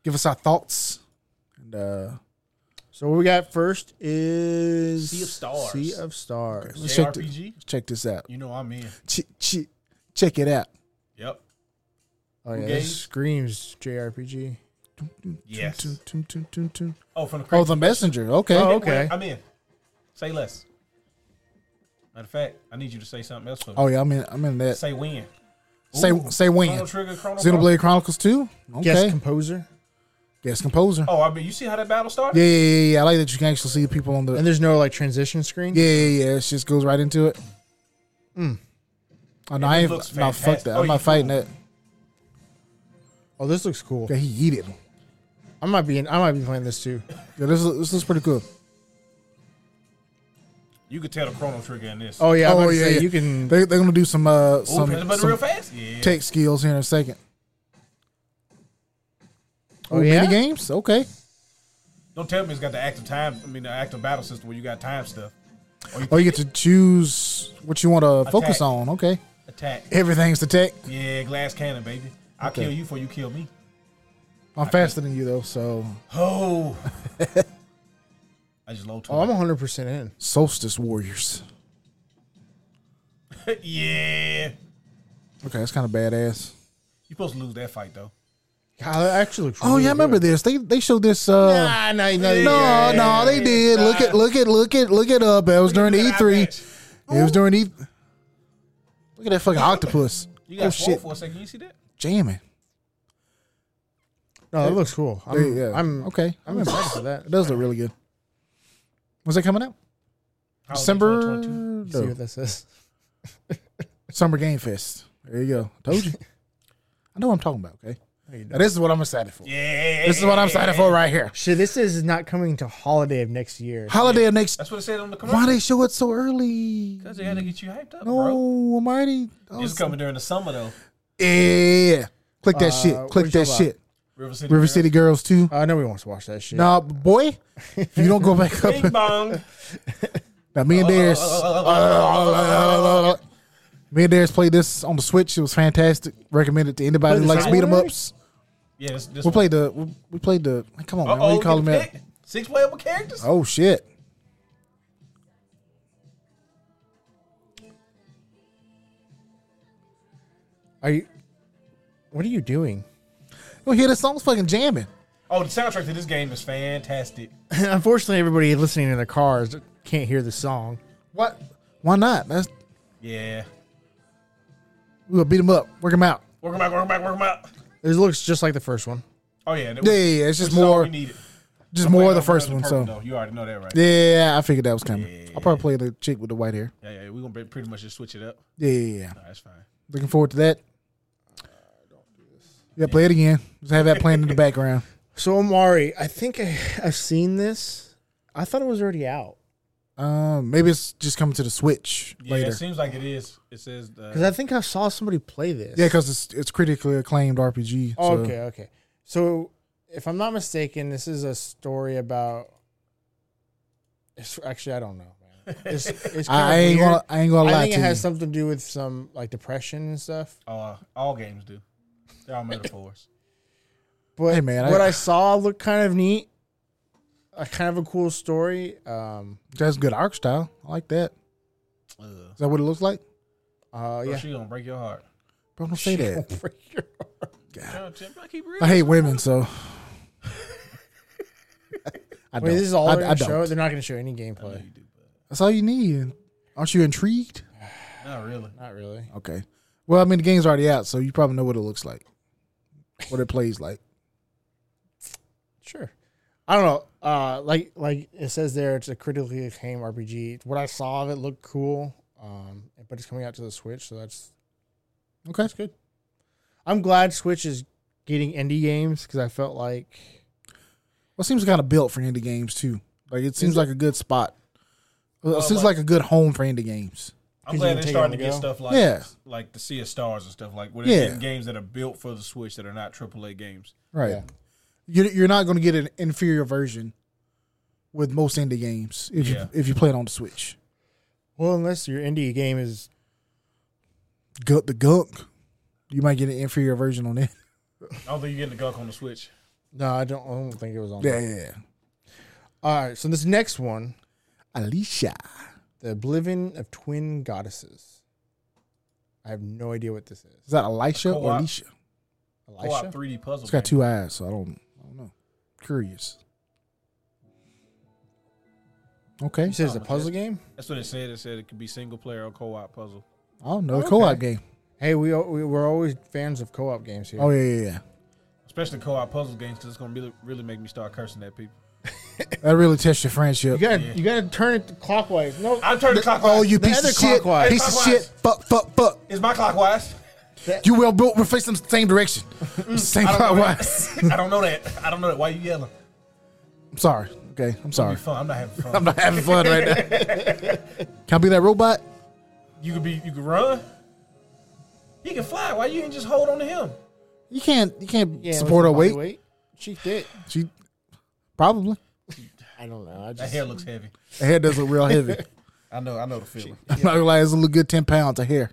Speaker 3: give us our thoughts, and uh,
Speaker 4: So what we got first is
Speaker 2: Sea of Stars.
Speaker 4: Sea of Stars.
Speaker 3: let's check, th-
Speaker 2: JRPG.
Speaker 3: check this out.
Speaker 2: You know I'm in.
Speaker 3: Ch- ch- check it out.
Speaker 2: Yep.
Speaker 4: Oh yeah,
Speaker 2: Okay.
Speaker 4: this screams JRPG.
Speaker 2: Yes.
Speaker 3: Toon, toon, toon, toon, toon.
Speaker 2: Oh, from the
Speaker 3: Oh,
Speaker 2: crazy.
Speaker 3: the messenger. Okay.
Speaker 4: Oh,
Speaker 3: Oh,
Speaker 4: okay.
Speaker 2: I'm in. Say less. Matter of fact, I need you to say something else for me.
Speaker 3: Oh, yeah, I'm in. I'm in that.
Speaker 2: Say when.
Speaker 3: Say
Speaker 2: Ooh.
Speaker 3: say when.
Speaker 2: Chrono Trigger, Chrono
Speaker 3: Xenoblade Chronicles Two. Okay.
Speaker 4: Guest
Speaker 3: Guest,
Speaker 4: composer.
Speaker 3: composer.
Speaker 2: Oh, I mean, you see how that battle started?
Speaker 3: Yeah, yeah, yeah, yeah. I like that you can actually see the people on the.
Speaker 4: And there's no like transition screen.
Speaker 3: Yeah, yeah, yeah. It just goes right into it.
Speaker 4: Hmm.
Speaker 3: Oh no, I
Speaker 2: it
Speaker 3: ain't.
Speaker 2: looks
Speaker 3: No, fuck
Speaker 2: fantastic.
Speaker 3: that.
Speaker 2: Oh,
Speaker 3: I'm
Speaker 2: you
Speaker 3: not fighting
Speaker 2: cool.
Speaker 3: that.
Speaker 4: Oh, this looks cool.
Speaker 3: Yeah, he eat it.
Speaker 4: I might be in, I might be playing this too.
Speaker 3: Yeah, this is, this looks pretty cool.
Speaker 2: You could tell the Chrono Trigger in this.
Speaker 4: Oh yeah. I'm
Speaker 3: Oh
Speaker 4: about to
Speaker 3: yeah,
Speaker 4: say,
Speaker 3: yeah.
Speaker 4: You can.
Speaker 3: They, they're gonna do some uh
Speaker 2: Ooh,
Speaker 3: some,
Speaker 2: it's about to
Speaker 3: some
Speaker 2: real fast. Yeah.
Speaker 3: tech skills here in a second.
Speaker 4: Oh, yeah?
Speaker 3: mini games. Okay.
Speaker 2: Don't tell me it's got the active time. I mean, the active battle system where you got time stuff. Or you
Speaker 3: Oh, you get to choose what you want to focus
Speaker 2: Attack.
Speaker 3: on. Okay.
Speaker 2: attack.
Speaker 3: Everything's the tech.
Speaker 2: Yeah, glass cannon, baby. I'll
Speaker 3: Okay.
Speaker 2: kill you before you kill me.
Speaker 3: I'm faster than you though, so
Speaker 2: Oh. I just low
Speaker 4: Oh, I'm
Speaker 2: tone.
Speaker 4: 100 percent in.
Speaker 3: Solstice Warriors.
Speaker 2: yeah.
Speaker 3: Okay, that's kind of badass.
Speaker 2: You're supposed to lose that fight, though.
Speaker 4: God, that actually looks. Ah,
Speaker 3: Oh yeah, I remember this. They they showed this. Uh,
Speaker 4: Nah, nah, nah,
Speaker 3: no, no, they did. Look at look at look at look it up. It was during E
Speaker 2: Look at
Speaker 3: E3.
Speaker 2: that match.
Speaker 3: It was during E. Look at that fucking octopus.
Speaker 2: You got
Speaker 3: Oh
Speaker 2: swole
Speaker 3: shit,
Speaker 2: for a second. You see that?
Speaker 3: jamming.
Speaker 4: No, that looks cool. I'm,
Speaker 3: Yeah,
Speaker 4: I'm okay.
Speaker 3: okay.
Speaker 4: I'm impressed with that.
Speaker 3: It does look really good. Was that coming out?
Speaker 4: Oh,
Speaker 2: How was it,
Speaker 3: December.
Speaker 2: 2022?
Speaker 4: See
Speaker 3: no,
Speaker 4: what that says.
Speaker 3: Summer Game Fest. There you go. Told you. I know what I'm talking about. Okay.
Speaker 4: No, you
Speaker 3: Now, this is what I'm excited for.
Speaker 2: Yeah.
Speaker 3: This is what I'm excited for right here.
Speaker 4: Shit, this is not coming to holiday of next year.
Speaker 3: Holiday of next.
Speaker 2: That's what it said on the commercial.
Speaker 3: Why they show it so early? Oh,
Speaker 2: Because they had to get you hyped up, bro.
Speaker 3: No, I'm already. I
Speaker 2: It's
Speaker 3: was-
Speaker 2: coming during the summer, though.
Speaker 3: Oh, Yeah. Click that
Speaker 4: Uh,
Speaker 3: shit.
Speaker 4: what
Speaker 3: Click
Speaker 4: you
Speaker 3: that
Speaker 4: talking
Speaker 3: shit.
Speaker 2: River City.
Speaker 3: River
Speaker 2: Girls.
Speaker 3: City Girls too.
Speaker 4: Uh, nobody wants to watch that shit.
Speaker 3: Nah, boy, if you don't go back up.
Speaker 2: Bing bong. Uh,
Speaker 3: Now, me and Darius,
Speaker 4: Oh,
Speaker 3: Uh, me and Darius played this on the Switch. It was fantastic. Recommended to anybody
Speaker 4: Play
Speaker 3: who
Speaker 4: the
Speaker 3: likes
Speaker 4: second
Speaker 3: beat 'em
Speaker 4: one already?
Speaker 3: ups.
Speaker 2: Yeah, this, this
Speaker 3: We
Speaker 2: one.
Speaker 3: played the. we- We played the. Come on, man. What
Speaker 2: Uh-oh,
Speaker 3: you call him
Speaker 2: get
Speaker 3: at?
Speaker 2: picked. Six playable characters?
Speaker 3: Oh shit.
Speaker 4: Are you? What are you doing?
Speaker 3: You hear the song's fucking jamming.
Speaker 2: Oh, the soundtrack to this game is fantastic.
Speaker 4: Unfortunately, everybody listening in their cars can't hear the song.
Speaker 3: What? Why not? That's
Speaker 2: Yeah.
Speaker 3: we'll beat 'em up. Work 'em out.
Speaker 2: Work 'em out, work 'em out, work 'em out.
Speaker 4: It looks just like the first one.
Speaker 2: Oh, yeah. that-
Speaker 3: Yeah, yeah, yeah. It's
Speaker 2: which
Speaker 3: just
Speaker 2: is all
Speaker 3: more,
Speaker 2: we needed.
Speaker 3: just
Speaker 2: I'm
Speaker 3: more
Speaker 2: waiting
Speaker 3: of the
Speaker 2: on
Speaker 3: first
Speaker 2: Girl
Speaker 3: one.
Speaker 2: in
Speaker 3: So
Speaker 2: Purple, though. You already know that, right? Yeah,
Speaker 3: yeah, I figured that was coming. I'll probably play the chick with the white hair.
Speaker 2: yeah, yeah. We're going to pretty much just switch it up.
Speaker 3: Yeah, yeah, yeah.
Speaker 2: Nah, that's fine.
Speaker 3: Looking forward to that. Yeah, play it again. Just have that playing in the background.
Speaker 4: So Amari, I think I, I've seen this. I thought it was already out
Speaker 3: Um, maybe it's just coming to the Switch
Speaker 2: Yeah,
Speaker 3: later.
Speaker 2: it seems like it is. It says. Uh,
Speaker 4: because I think I saw somebody play this.
Speaker 3: Yeah, because it's it's critically acclaimed RPG.
Speaker 4: Oh,
Speaker 3: so-
Speaker 4: okay. Okay. So, if I'm not mistaken, this is a story about. It's actually I don't know. Man. It's, it's
Speaker 3: I, I
Speaker 4: kind of
Speaker 3: ain't
Speaker 4: weird.
Speaker 3: gonna, I ain't gonna
Speaker 4: I
Speaker 3: lie
Speaker 4: think
Speaker 3: to
Speaker 4: it
Speaker 3: you.
Speaker 4: has something to do with some like depression and stuff.
Speaker 2: Uh, all games do. They're all metaphors.
Speaker 4: But
Speaker 3: Hey, man, I-
Speaker 4: what I, saw looked kind of neat. A kind of a cool story. Um,
Speaker 3: That's good art style. I like that.
Speaker 2: Ugh.
Speaker 3: Is that what it looks like?
Speaker 4: uh,
Speaker 2: Bro,
Speaker 4: yeah.
Speaker 2: She gonna break your heart.
Speaker 3: Bro, don't say that.
Speaker 2: Bro, Jim, I keep
Speaker 3: I
Speaker 2: reading.
Speaker 3: hate women, so. I
Speaker 4: Wait,
Speaker 3: don't.
Speaker 4: this is all
Speaker 3: I,
Speaker 4: they're
Speaker 3: I
Speaker 4: gonna
Speaker 3: don't.
Speaker 4: show. They're not gonna show any gameplay.
Speaker 2: You do, but
Speaker 3: That's all you need. Aren't you intrigued?
Speaker 2: Not really.
Speaker 4: Not really.
Speaker 3: Okay. Well, I mean, the game's already out, so you probably know what it looks like, what it plays like.
Speaker 4: Sure. I don't know. Uh, like like it says there, it's a critically acclaimed RPG. What I saw of it looked cool. Um, but it's coming out to the Switch, so that's
Speaker 3: Okay.
Speaker 4: that's good. I'm glad Switch is getting indie games because I felt like
Speaker 3: Well, it seems kind of built for indie games too. Like it seems
Speaker 4: it?
Speaker 3: like a good spot. Well,
Speaker 2: Oh,
Speaker 3: it seems
Speaker 2: like-
Speaker 3: like a good home for indie games.
Speaker 2: I'm
Speaker 4: you
Speaker 2: glad
Speaker 4: can
Speaker 2: they're
Speaker 4: take it
Speaker 2: starting
Speaker 4: on
Speaker 2: to
Speaker 4: the
Speaker 2: get
Speaker 4: go.
Speaker 2: stuff like
Speaker 3: Yeah.
Speaker 2: like the Sea of Stars and stuff like where they're
Speaker 3: Yeah.
Speaker 2: getting games that are built for the Switch that are not AAA games.
Speaker 3: Right.
Speaker 4: Yeah.
Speaker 3: You're you're not going to get an inferior version with most indie games if
Speaker 2: Yeah.
Speaker 3: you if you play it on the Switch.
Speaker 4: well, unless your indie game is
Speaker 3: Gut the gunk, you might get an inferior version on it.
Speaker 2: I don't think you're getting the gunk on the Switch.
Speaker 4: no, I don't. I don't think it was on.
Speaker 3: Yeah, yeah, yeah.
Speaker 4: All right. So this next one,
Speaker 3: Alicia.
Speaker 4: the Oblivion of Twin Goddesses. I have no idea what this is.
Speaker 3: Is that Elisha or
Speaker 2: Co-op.
Speaker 3: Alicia?
Speaker 2: Co-op
Speaker 4: Elisha.
Speaker 2: 3D puzzle.
Speaker 3: It's got
Speaker 2: game.
Speaker 3: two eyes, so I don't I don't know. Curious. Okay.
Speaker 4: You said it's a puzzle game.
Speaker 2: That's what it said. It said it could be single player or co-op puzzle.
Speaker 3: I don't know. Co-op game.
Speaker 4: Hey, we, we we're always fans of co-op games here.
Speaker 3: Oh yeah, yeah, yeah.
Speaker 2: Especially co-op puzzle games because it's gonna really, really make me start cursing at people.
Speaker 3: That really tests your friendship.
Speaker 4: You gotta you gotta turn it clockwise. No,
Speaker 2: I'm turning clockwise.
Speaker 3: Oh, you piece
Speaker 4: other
Speaker 3: of shit!
Speaker 4: clockwise.
Speaker 3: Piece of shit! Fuck! Fuck! Fuck!
Speaker 2: Is my clockwise?
Speaker 3: You will built. We're facing the same direction. same
Speaker 2: I don't know that.
Speaker 3: clockwise.
Speaker 2: I don't know that. I don't know that. Why you yelling?
Speaker 3: I'm sorry. Okay, I'm
Speaker 2: Be
Speaker 3: sorry.
Speaker 2: fun. I'm not having fun.
Speaker 3: I'm not having fun right now. Can I be that robot?
Speaker 2: You could be. You could run. He can fly. Why you ain't just hold on to him?
Speaker 3: You can't. You can't
Speaker 4: Yeah,
Speaker 3: support her
Speaker 4: was it body
Speaker 3: weight.
Speaker 4: She did.
Speaker 3: She probably.
Speaker 4: I don't know. I
Speaker 2: That
Speaker 4: just
Speaker 2: hair looks heavy.
Speaker 3: Her hair does look real heavy.
Speaker 2: I know. I know the feeling.
Speaker 3: I'm not gonna lie. It's a little good ten pounds of hair.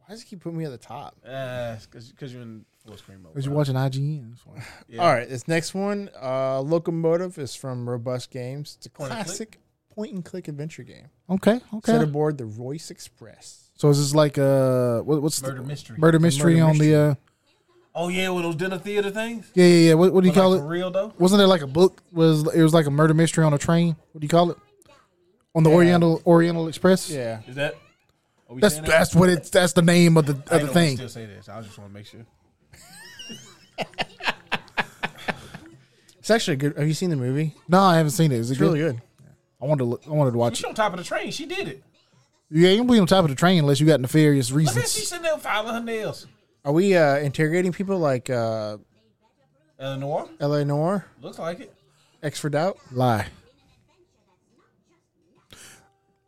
Speaker 4: why does it keep putting me at the top?
Speaker 2: Uh, because you're in full screen mode.
Speaker 3: Cause
Speaker 2: bro.
Speaker 3: you're watching IGN. That's why.
Speaker 2: Yeah.
Speaker 4: All right, this next one, uh, Locomotive, is from Robust Games. It's a
Speaker 2: Point and
Speaker 4: classic point and click adventure game
Speaker 3: Okay. Okay.
Speaker 4: set aboard the Royce Express.
Speaker 3: so is this like uh what, what's the-
Speaker 2: Murder mystery.
Speaker 3: murder mystery
Speaker 4: Murder
Speaker 3: on the uh
Speaker 2: Oh yeah, with those dinner theater things.
Speaker 3: yeah yeah yeah what, what do you
Speaker 2: But, like,
Speaker 3: call it?
Speaker 2: for real though.
Speaker 3: wasn't there like a book was it was like a murder mystery on a train what do you call it on the oriental oriental express
Speaker 4: Yeah,
Speaker 2: Is that? Are we
Speaker 3: that's
Speaker 2: saying
Speaker 3: that's what it's that's the name of the
Speaker 2: I
Speaker 3: of
Speaker 2: know
Speaker 3: the
Speaker 2: we
Speaker 3: thing
Speaker 2: Still say this. I just want to make sure.
Speaker 4: it's actually good. Have you seen the movie?
Speaker 3: no i haven't seen it is it
Speaker 4: It's really
Speaker 3: good?
Speaker 4: good.
Speaker 3: i wanted to look, i wanted to watch
Speaker 2: She
Speaker 3: it
Speaker 2: on top of the train. She did it.
Speaker 3: you ain't gonna be on top of the train unless you got nefarious
Speaker 2: Look at she's
Speaker 3: reasons
Speaker 2: sitting there filing her nails.
Speaker 4: Are we uh, interrogating people like uh,
Speaker 2: Eleanor
Speaker 4: L.A. Noir,
Speaker 2: Uh, looks like it.
Speaker 4: X for Doubt?
Speaker 3: lie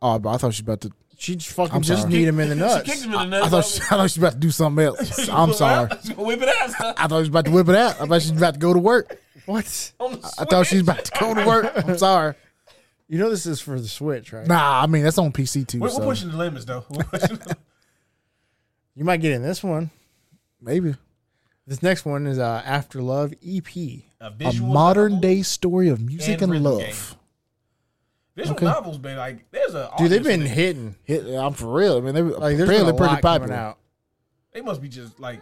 Speaker 3: oh bro, i thought she was about to
Speaker 4: She just fucking
Speaker 3: I'm
Speaker 4: just
Speaker 3: sorry.
Speaker 4: need him in the
Speaker 2: She kicked
Speaker 4: nuts.
Speaker 2: him in the nuts.
Speaker 3: i thought she, i thought she was about to do something else i'm sorry
Speaker 2: Whip it out. son.
Speaker 3: i thought she was about to whip it out i thought she was about to go to work
Speaker 4: What?
Speaker 2: On the
Speaker 3: i thought she
Speaker 2: switch.
Speaker 3: was about to go to work i'm sorry
Speaker 4: You know this is for the Switch, right?
Speaker 3: nah i mean that's on pc too
Speaker 2: We're, we're
Speaker 3: so
Speaker 2: pushing the limits though. We're pushing the-
Speaker 4: You might get in this one.
Speaker 3: maybe
Speaker 4: This next one is uh, After Love EP.
Speaker 2: a
Speaker 3: a
Speaker 2: visual
Speaker 3: modern
Speaker 2: novel.
Speaker 3: day story of music
Speaker 2: and
Speaker 3: and,
Speaker 2: rhythm
Speaker 3: love.
Speaker 2: game. Visual
Speaker 3: okay.
Speaker 2: novels been like there's a
Speaker 4: Dude, they've
Speaker 2: audience
Speaker 4: been
Speaker 2: for this.
Speaker 4: hitting.
Speaker 3: Hit, I'm for real. I mean, they were
Speaker 4: Like, there's
Speaker 3: apparently
Speaker 4: been a
Speaker 3: pretty
Speaker 4: lot coming
Speaker 3: popular.
Speaker 4: out.
Speaker 2: They must be just like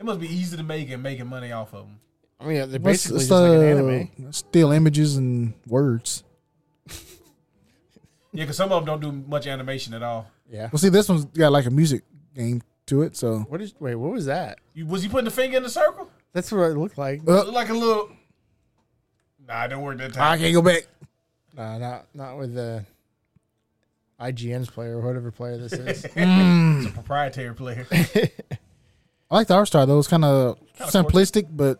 Speaker 2: it must be easy to make and making money off of them.
Speaker 4: I mean, they're
Speaker 3: What's-
Speaker 4: basically
Speaker 3: it's,
Speaker 4: just like an
Speaker 3: uh,
Speaker 4: anime.
Speaker 3: Still images and words.
Speaker 2: Yeah, because some of them don't do much animation at all.
Speaker 4: Yeah.
Speaker 3: Well, see, this one's got like a music game to it. So
Speaker 4: What is? Wait, what was that?
Speaker 2: You, was he putting the finger in the circle?
Speaker 4: That's what it looked like.
Speaker 3: Uh,
Speaker 2: Look like a little. Nah, it don't work that
Speaker 3: I
Speaker 2: time.
Speaker 3: can't go back.
Speaker 4: Nah, not not with the IGN's player or whatever player this is.
Speaker 2: It's a proprietary player.
Speaker 3: I like the art style though. It's kind of simplistic, but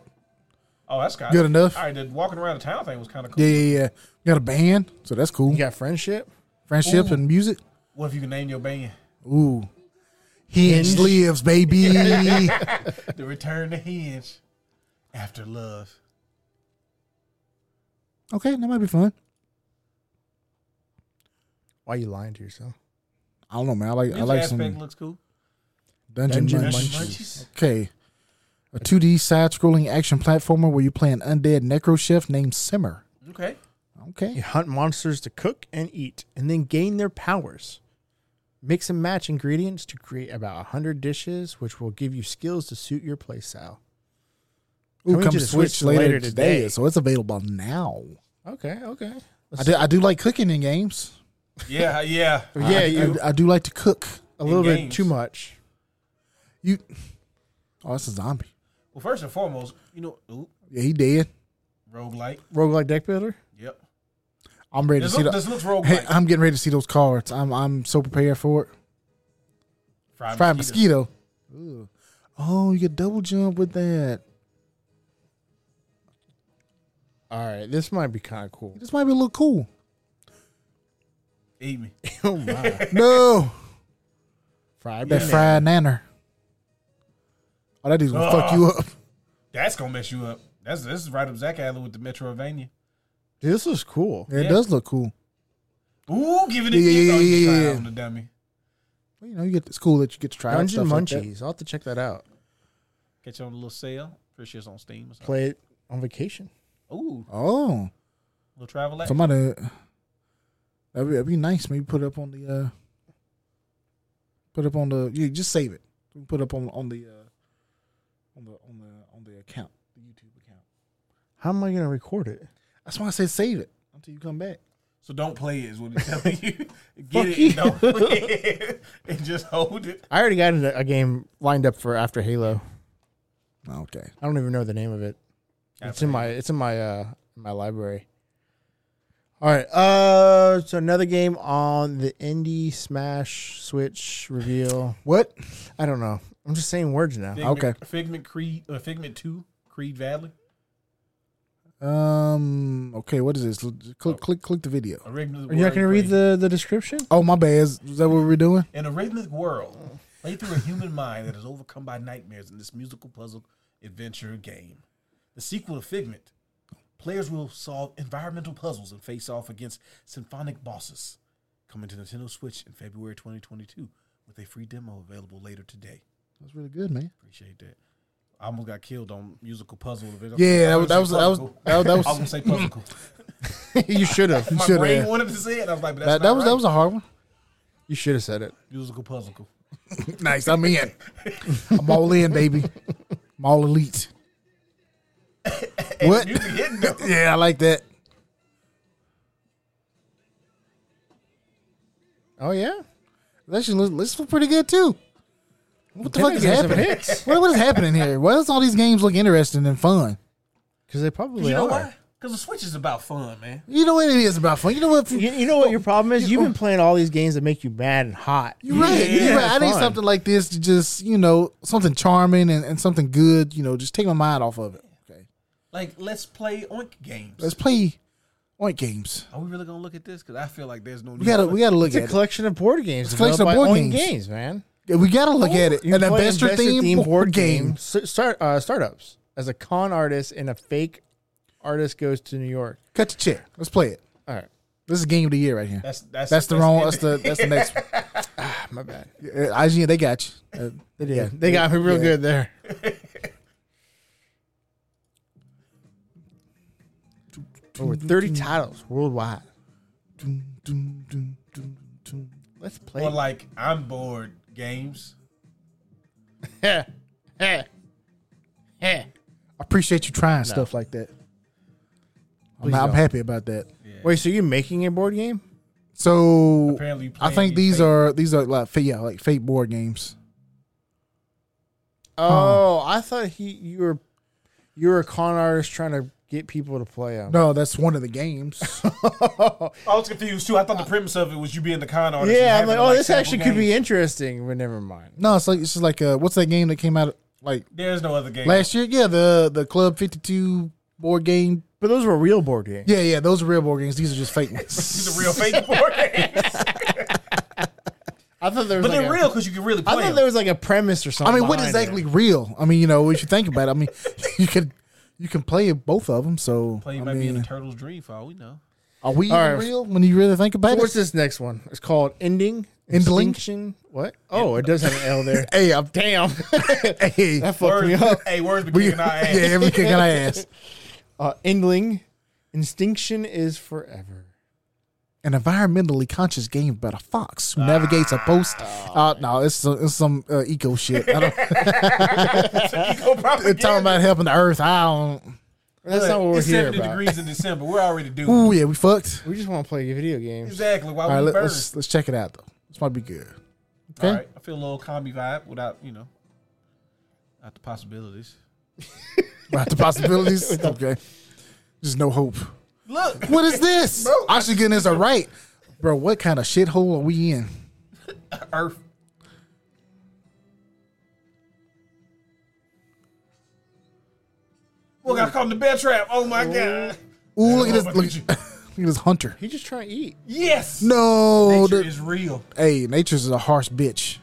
Speaker 2: Oh, that's kind
Speaker 3: Good enough.
Speaker 2: All right, the walking around the town thing was kind of cool.
Speaker 3: yeah, yeah, yeah. Got a band, so that's cool.
Speaker 4: you got friendship.
Speaker 3: Friendship and music.
Speaker 2: What if you can name your band?
Speaker 3: Ooh, Hinge lives, baby.
Speaker 2: The Return to Hinge. After Love.
Speaker 3: Okay, that might be fun.
Speaker 4: Why are you lying to yourself?
Speaker 3: I don't know, man. I like I
Speaker 2: Ninja
Speaker 3: like
Speaker 2: aspect
Speaker 3: some dungeon,
Speaker 2: looks cool.
Speaker 4: Dungeon
Speaker 3: munch.
Speaker 4: Munch.
Speaker 2: Munchies.
Speaker 3: Okay, a 2D side-scrolling action platformer where you play an undead necro chef named Simmer.
Speaker 2: Okay.
Speaker 3: Okay,
Speaker 4: You hunt monsters to cook and eat, and then gain their powers. Mix and match ingredients to create about 100 dishes, which will give you skills to suit your playstyle.
Speaker 3: Ooh,
Speaker 4: Coming
Speaker 3: come
Speaker 4: to
Speaker 3: to
Speaker 4: the
Speaker 3: Switch,
Speaker 4: Switch
Speaker 3: later,
Speaker 4: later
Speaker 3: today,
Speaker 4: today.
Speaker 3: so it's available now.
Speaker 4: Okay, okay.
Speaker 3: I do, I do like cooking in games.
Speaker 2: Yeah, yeah.
Speaker 4: yeah,
Speaker 3: I,
Speaker 4: you
Speaker 3: I, I do like to cook.
Speaker 4: a little bit
Speaker 2: games.
Speaker 4: too much.
Speaker 3: You, oh, that's a zombie.
Speaker 2: Well, first and foremost, you know, ooh,
Speaker 3: Yeah, he dead.
Speaker 2: roguelike.
Speaker 4: Roguelike deck builder?
Speaker 2: Yep.
Speaker 3: I'm ready to
Speaker 2: This,
Speaker 3: see
Speaker 2: look,
Speaker 3: the.
Speaker 2: this looks
Speaker 3: Hey,
Speaker 2: roguelike.
Speaker 3: I'm getting ready to see those cards. I'm I'm so prepared for it.
Speaker 2: Fried,
Speaker 3: uh, Fried
Speaker 2: mosquitoes.
Speaker 3: mosquito. Ooh. Oh, you get double jump with that.
Speaker 4: All right, this might be kind of cool.
Speaker 3: This might be a little cool.
Speaker 2: Eat me.
Speaker 4: oh my.
Speaker 3: No,
Speaker 4: Fried
Speaker 3: that
Speaker 4: banana.
Speaker 3: fried nanner. Oh, that dude's gonna fuck you up.
Speaker 2: That's gonna mess you up. That's this is right up Zach Alley with the Metrovania.
Speaker 4: Dude, this is cool.
Speaker 3: Yeah, It
Speaker 2: Yeah.
Speaker 3: does look cool.
Speaker 2: Ooh, giving it you
Speaker 3: Yeah, yeah,
Speaker 2: know,
Speaker 3: yeah,
Speaker 2: you try
Speaker 3: yeah,
Speaker 2: it
Speaker 3: yeah.
Speaker 2: on the dummy.
Speaker 3: Well, you know, you get it's cool that you get to try out
Speaker 4: Dungeon
Speaker 3: stuff like that.
Speaker 4: Munchies. I'll have to check that out.
Speaker 2: Catch you on a little sale. Pretty sure it's on Steam. Or something.
Speaker 4: Play it on vacation.
Speaker 2: Ooh,
Speaker 3: Oh,
Speaker 2: little travel act.
Speaker 3: somebody. That'd be, that'd be nice. Maybe put up on the. uh Put up on the. You just save it. Put up on on the. uh On the on the on the account, the YouTube account.
Speaker 4: How am I going to record it?
Speaker 3: That's why I said save it until you come back.
Speaker 2: So don't play it is what it's telling you. Get
Speaker 4: Fuck
Speaker 2: it
Speaker 4: you.
Speaker 2: and don't play it. And just hold it.
Speaker 4: I already got a a game lined up for after Halo.
Speaker 3: Okay.
Speaker 4: I don't even know the name of it. It's in my it's in my uh my library. All right. Uh so another game on the indie smash switch reveal.
Speaker 3: What?
Speaker 4: I don't know. I'm just saying words now.
Speaker 2: Figment,
Speaker 3: okay.
Speaker 2: Figment Creed uh, Figment 2, Creed Valley.
Speaker 3: Um. Okay. What is this? L- Click, click, click the video.
Speaker 2: Are
Speaker 4: Are you not gonna read the, the description?
Speaker 3: Oh my bad. Is, is that what we're doing?
Speaker 2: In a rhythmic world, play through a human mind that is overcome by nightmares in this musical puzzle adventure game. The sequel of Figment, players will solve environmental puzzles and face off against symphonic bosses. Coming to Nintendo Switch in February 2022 with a free demo available later today.
Speaker 3: That's really good, man.
Speaker 2: Appreciate that. I almost got killed on musical puzzle.
Speaker 3: Yeah, that
Speaker 2: I
Speaker 3: was that was
Speaker 2: gonna
Speaker 3: that
Speaker 2: say puzzle.
Speaker 3: was that was that was
Speaker 2: I was gonna say puzzle.
Speaker 4: you should have.
Speaker 2: My
Speaker 3: Shoulda.
Speaker 2: brain wanted to say it. I was like, but that's
Speaker 3: that,
Speaker 2: not
Speaker 3: that was, that was a hard one.
Speaker 4: You should have said it.
Speaker 2: musical puzzle.
Speaker 3: Nice. I'm in. I'm all in, baby. I'm all elite. What?
Speaker 2: Music hitting though.
Speaker 3: Yeah, I like that.
Speaker 4: Oh yeah.
Speaker 3: That should look, this look pretty good too. What the fuck is happening?
Speaker 4: Because
Speaker 3: What, what is happening here? Why does all these games look interesting and fun?
Speaker 4: they probably
Speaker 2: You know
Speaker 4: are.
Speaker 2: why? Because the Switch is about fun, man.
Speaker 3: You know what it is about fun. You know what?
Speaker 4: You, you know what your problem is? You've been playing all these games that make you mad and hot.
Speaker 3: You're right.
Speaker 2: Yeah,
Speaker 3: You're right. I need
Speaker 4: fun.
Speaker 3: something like this to just, you know, something charming and, and something good, you know, just take my mind off of it. Okay.
Speaker 2: Like, let's play Oink games.
Speaker 3: Let's play Oink games.
Speaker 2: Are we really gonna look at this? Because I feel like there's no need.
Speaker 3: We gotta we gotta look
Speaker 4: It's a
Speaker 3: at it.
Speaker 4: collection of board games.
Speaker 3: a collection
Speaker 4: developed
Speaker 3: of board
Speaker 4: by Oink
Speaker 3: games.
Speaker 4: games, man.
Speaker 3: Yeah, We gotta look at it. An
Speaker 4: play
Speaker 3: investor themed
Speaker 4: investor-themed
Speaker 3: board game.
Speaker 4: s- Start uh, startups as a con artist and a fake artist goes to New York.
Speaker 3: Cut the chair. Let's play it.
Speaker 4: All right,
Speaker 3: This is game of the year right here.
Speaker 2: that's that's
Speaker 3: That's the wrong. That's the that's the next. One.
Speaker 4: Ah, my bad.
Speaker 3: Uh, IGN, they got you. Uh,
Speaker 4: They did. they got me real good there. Over thirty titles worldwide.
Speaker 3: dun, dun, dun, dun, dun.
Speaker 4: Let's play.
Speaker 2: Or like I'm bored games.
Speaker 4: Heh, heh, heh.
Speaker 3: I appreciate you trying stuff like that. I'm,
Speaker 4: Please
Speaker 3: I'm
Speaker 4: don't.
Speaker 3: happy about that.
Speaker 4: Wait, so you're making a board game?
Speaker 3: So
Speaker 2: Apparently, you
Speaker 3: I
Speaker 2: playing
Speaker 3: think these
Speaker 2: fake-
Speaker 3: are these are like fa- yeah like fake board games.
Speaker 4: Oh, I thought he you were you were a con artist trying to get people to play them.
Speaker 3: No, that's one of the games.
Speaker 2: I was confused too. I thought the premise of it was you being the con artist. and
Speaker 4: Yeah, I'm
Speaker 2: having
Speaker 4: like,
Speaker 2: to,
Speaker 4: oh, this
Speaker 2: sample
Speaker 4: actually could be
Speaker 2: games.
Speaker 4: interesting, but never mind.
Speaker 3: no, it's like it's just like uh, what's that game that came out like
Speaker 2: There's no other game.
Speaker 3: last year? Yeah, the the Club Fifty Two board game.
Speaker 4: But those were real board games.
Speaker 3: Yeah, yeah, those are real board games. These are just fake ones.
Speaker 2: These are real fake board games,
Speaker 4: I thought there was
Speaker 2: but
Speaker 4: like
Speaker 2: they're
Speaker 4: a-
Speaker 2: real because you can really
Speaker 4: I
Speaker 2: play.
Speaker 4: thought
Speaker 2: 'em.
Speaker 4: there was like a premise or
Speaker 3: I
Speaker 4: something.
Speaker 3: mean, what
Speaker 4: behind
Speaker 3: exactly real? I mean, you know, we should think about it. I mean, you could You can play both of them. So
Speaker 2: Play
Speaker 3: I
Speaker 2: might be in
Speaker 3: mean,
Speaker 2: a turtle's dream for all we know.
Speaker 3: are we
Speaker 4: All
Speaker 3: even
Speaker 4: right.
Speaker 3: real when you really think
Speaker 4: So
Speaker 3: about
Speaker 4: what's
Speaker 3: it?
Speaker 4: this next one? It's called Ending
Speaker 3: Endling?
Speaker 4: Extinction. What? Oh, it does have an L there.
Speaker 3: Hey, I'm
Speaker 4: Damn.
Speaker 3: hey.
Speaker 4: that fucked
Speaker 2: Words,
Speaker 4: me up.
Speaker 2: hey, words be
Speaker 3: we,
Speaker 2: kicking our ass.
Speaker 3: yeah, we kicking our ass.
Speaker 4: Uh, Endling. Extinction is forever.
Speaker 3: An environmentally conscious game about a fox who navigates a post. Uh, no, it's, some- it's some uh, eco shit. I don't,
Speaker 2: Eco
Speaker 3: they're talking
Speaker 2: propaganda.
Speaker 3: about helping the earth. I don't.
Speaker 4: That's not what we're
Speaker 2: it's
Speaker 4: here
Speaker 2: 70
Speaker 4: about.
Speaker 2: degrees in December. We're already doing it.
Speaker 3: Ooh, yeah, we fucked.
Speaker 4: We just want to play video games.
Speaker 2: exactly. Why
Speaker 3: All right,
Speaker 2: we
Speaker 3: let,
Speaker 2: burn?
Speaker 3: us let's check it out though. This might be good.
Speaker 2: All
Speaker 3: Okay.
Speaker 2: right, I feel a little commie vibe without you know, not the possibilities.
Speaker 3: Right, the possibilities. okay. Just no hope.
Speaker 2: Look,
Speaker 3: What is this?
Speaker 2: Bro.
Speaker 3: I should get this a right. Bro, what kind of shithole are we in?
Speaker 2: Earth. Look, I caught him the bear trap. Oh my god!
Speaker 3: Ooh, look at this.
Speaker 2: Oh, my
Speaker 3: Look,
Speaker 2: nature-
Speaker 3: look at this hunter.
Speaker 4: He just trying to eat.
Speaker 2: Yes.
Speaker 3: No.
Speaker 2: nature
Speaker 3: the-
Speaker 2: is real.
Speaker 3: hey, nature's a harsh bitch.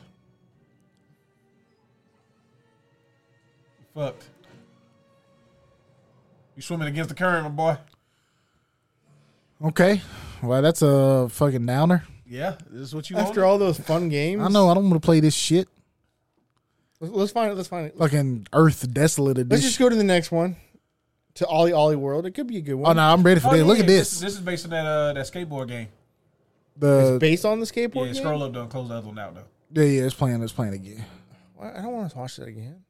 Speaker 2: Fuck. You swimming against the current, my boy.
Speaker 3: Okay. Well, that's a fucking downer.
Speaker 2: Yeah, this is what you
Speaker 4: After all those fun games,
Speaker 3: I know. I don't want to play this shit.
Speaker 4: Let's, let's find it. Let's find it.
Speaker 3: Fucking Earth Desolate
Speaker 4: Let's
Speaker 3: Edition.
Speaker 4: just go to the next one. To Ollie Ollie World. It could be a good
Speaker 3: Oh
Speaker 4: one.
Speaker 3: no, I'm ready for
Speaker 2: Oh,
Speaker 3: this.
Speaker 2: yeah,
Speaker 3: Look
Speaker 2: yeah,
Speaker 3: at this.
Speaker 2: This is based on that uh, that skateboard game.
Speaker 3: The
Speaker 4: Based on the skateboard.
Speaker 2: yeah,
Speaker 4: game?
Speaker 2: scroll up, don't close the other one out though.
Speaker 3: yeah, yeah, it's playing. It's playing again.
Speaker 4: Why- I don't want to watch that again.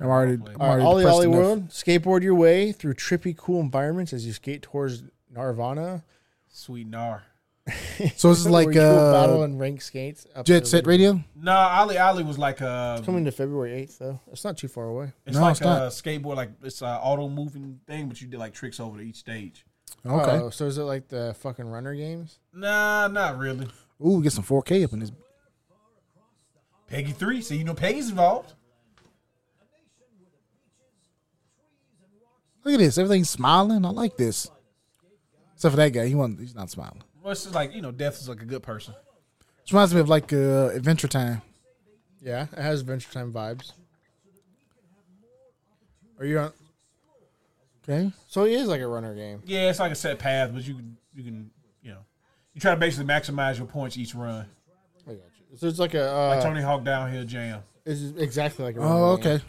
Speaker 3: I'm already. I'm
Speaker 4: All right,
Speaker 3: already
Speaker 4: Ollie
Speaker 3: depressed
Speaker 4: Ollie
Speaker 3: enough.
Speaker 4: World. Skateboard your way through trippy, cool environments as you skate towards Nirvana.
Speaker 2: Sweet gnar.
Speaker 3: So this is
Speaker 4: Where
Speaker 3: like
Speaker 4: you will battle
Speaker 3: uh,
Speaker 4: and rank skates. up
Speaker 3: Jet
Speaker 4: to
Speaker 3: Set
Speaker 4: the-
Speaker 3: Radio.
Speaker 2: Nah, Ollie Ollie was like uh
Speaker 4: Coming to February eighth though. It's not too far away.
Speaker 2: it's
Speaker 3: No,
Speaker 2: like
Speaker 3: it's
Speaker 2: a
Speaker 3: not.
Speaker 2: skateboard, like it's an auto moving thing, but you did like tricks over to each stage.
Speaker 3: Okay.
Speaker 4: Oh, so is it like the fucking runner games?
Speaker 2: Nah, not really.
Speaker 3: Ooh, we get some 4K up in this.
Speaker 2: Peggy three, so you know Peggy's involved.
Speaker 3: Look at this. Everything's smiling. I like this. Except for that guy. He wasn't, He's not smiling.
Speaker 2: Well, it's just like you know, death is like a good person.
Speaker 3: This reminds me of like uh, Adventure Time.
Speaker 4: Yeah, it has Adventure Time vibes. Are you on?
Speaker 3: Okay.
Speaker 4: So it is like a runner game.
Speaker 2: Yeah, it's like a set path, but you can you can you know, you try to basically maximize your points each run.
Speaker 4: I got you. So it's like a.
Speaker 2: Like
Speaker 4: Uh,
Speaker 2: Tony Hawk downhill jam.
Speaker 4: it's exactly like a. Runner
Speaker 3: Oh,
Speaker 4: game.
Speaker 3: okay.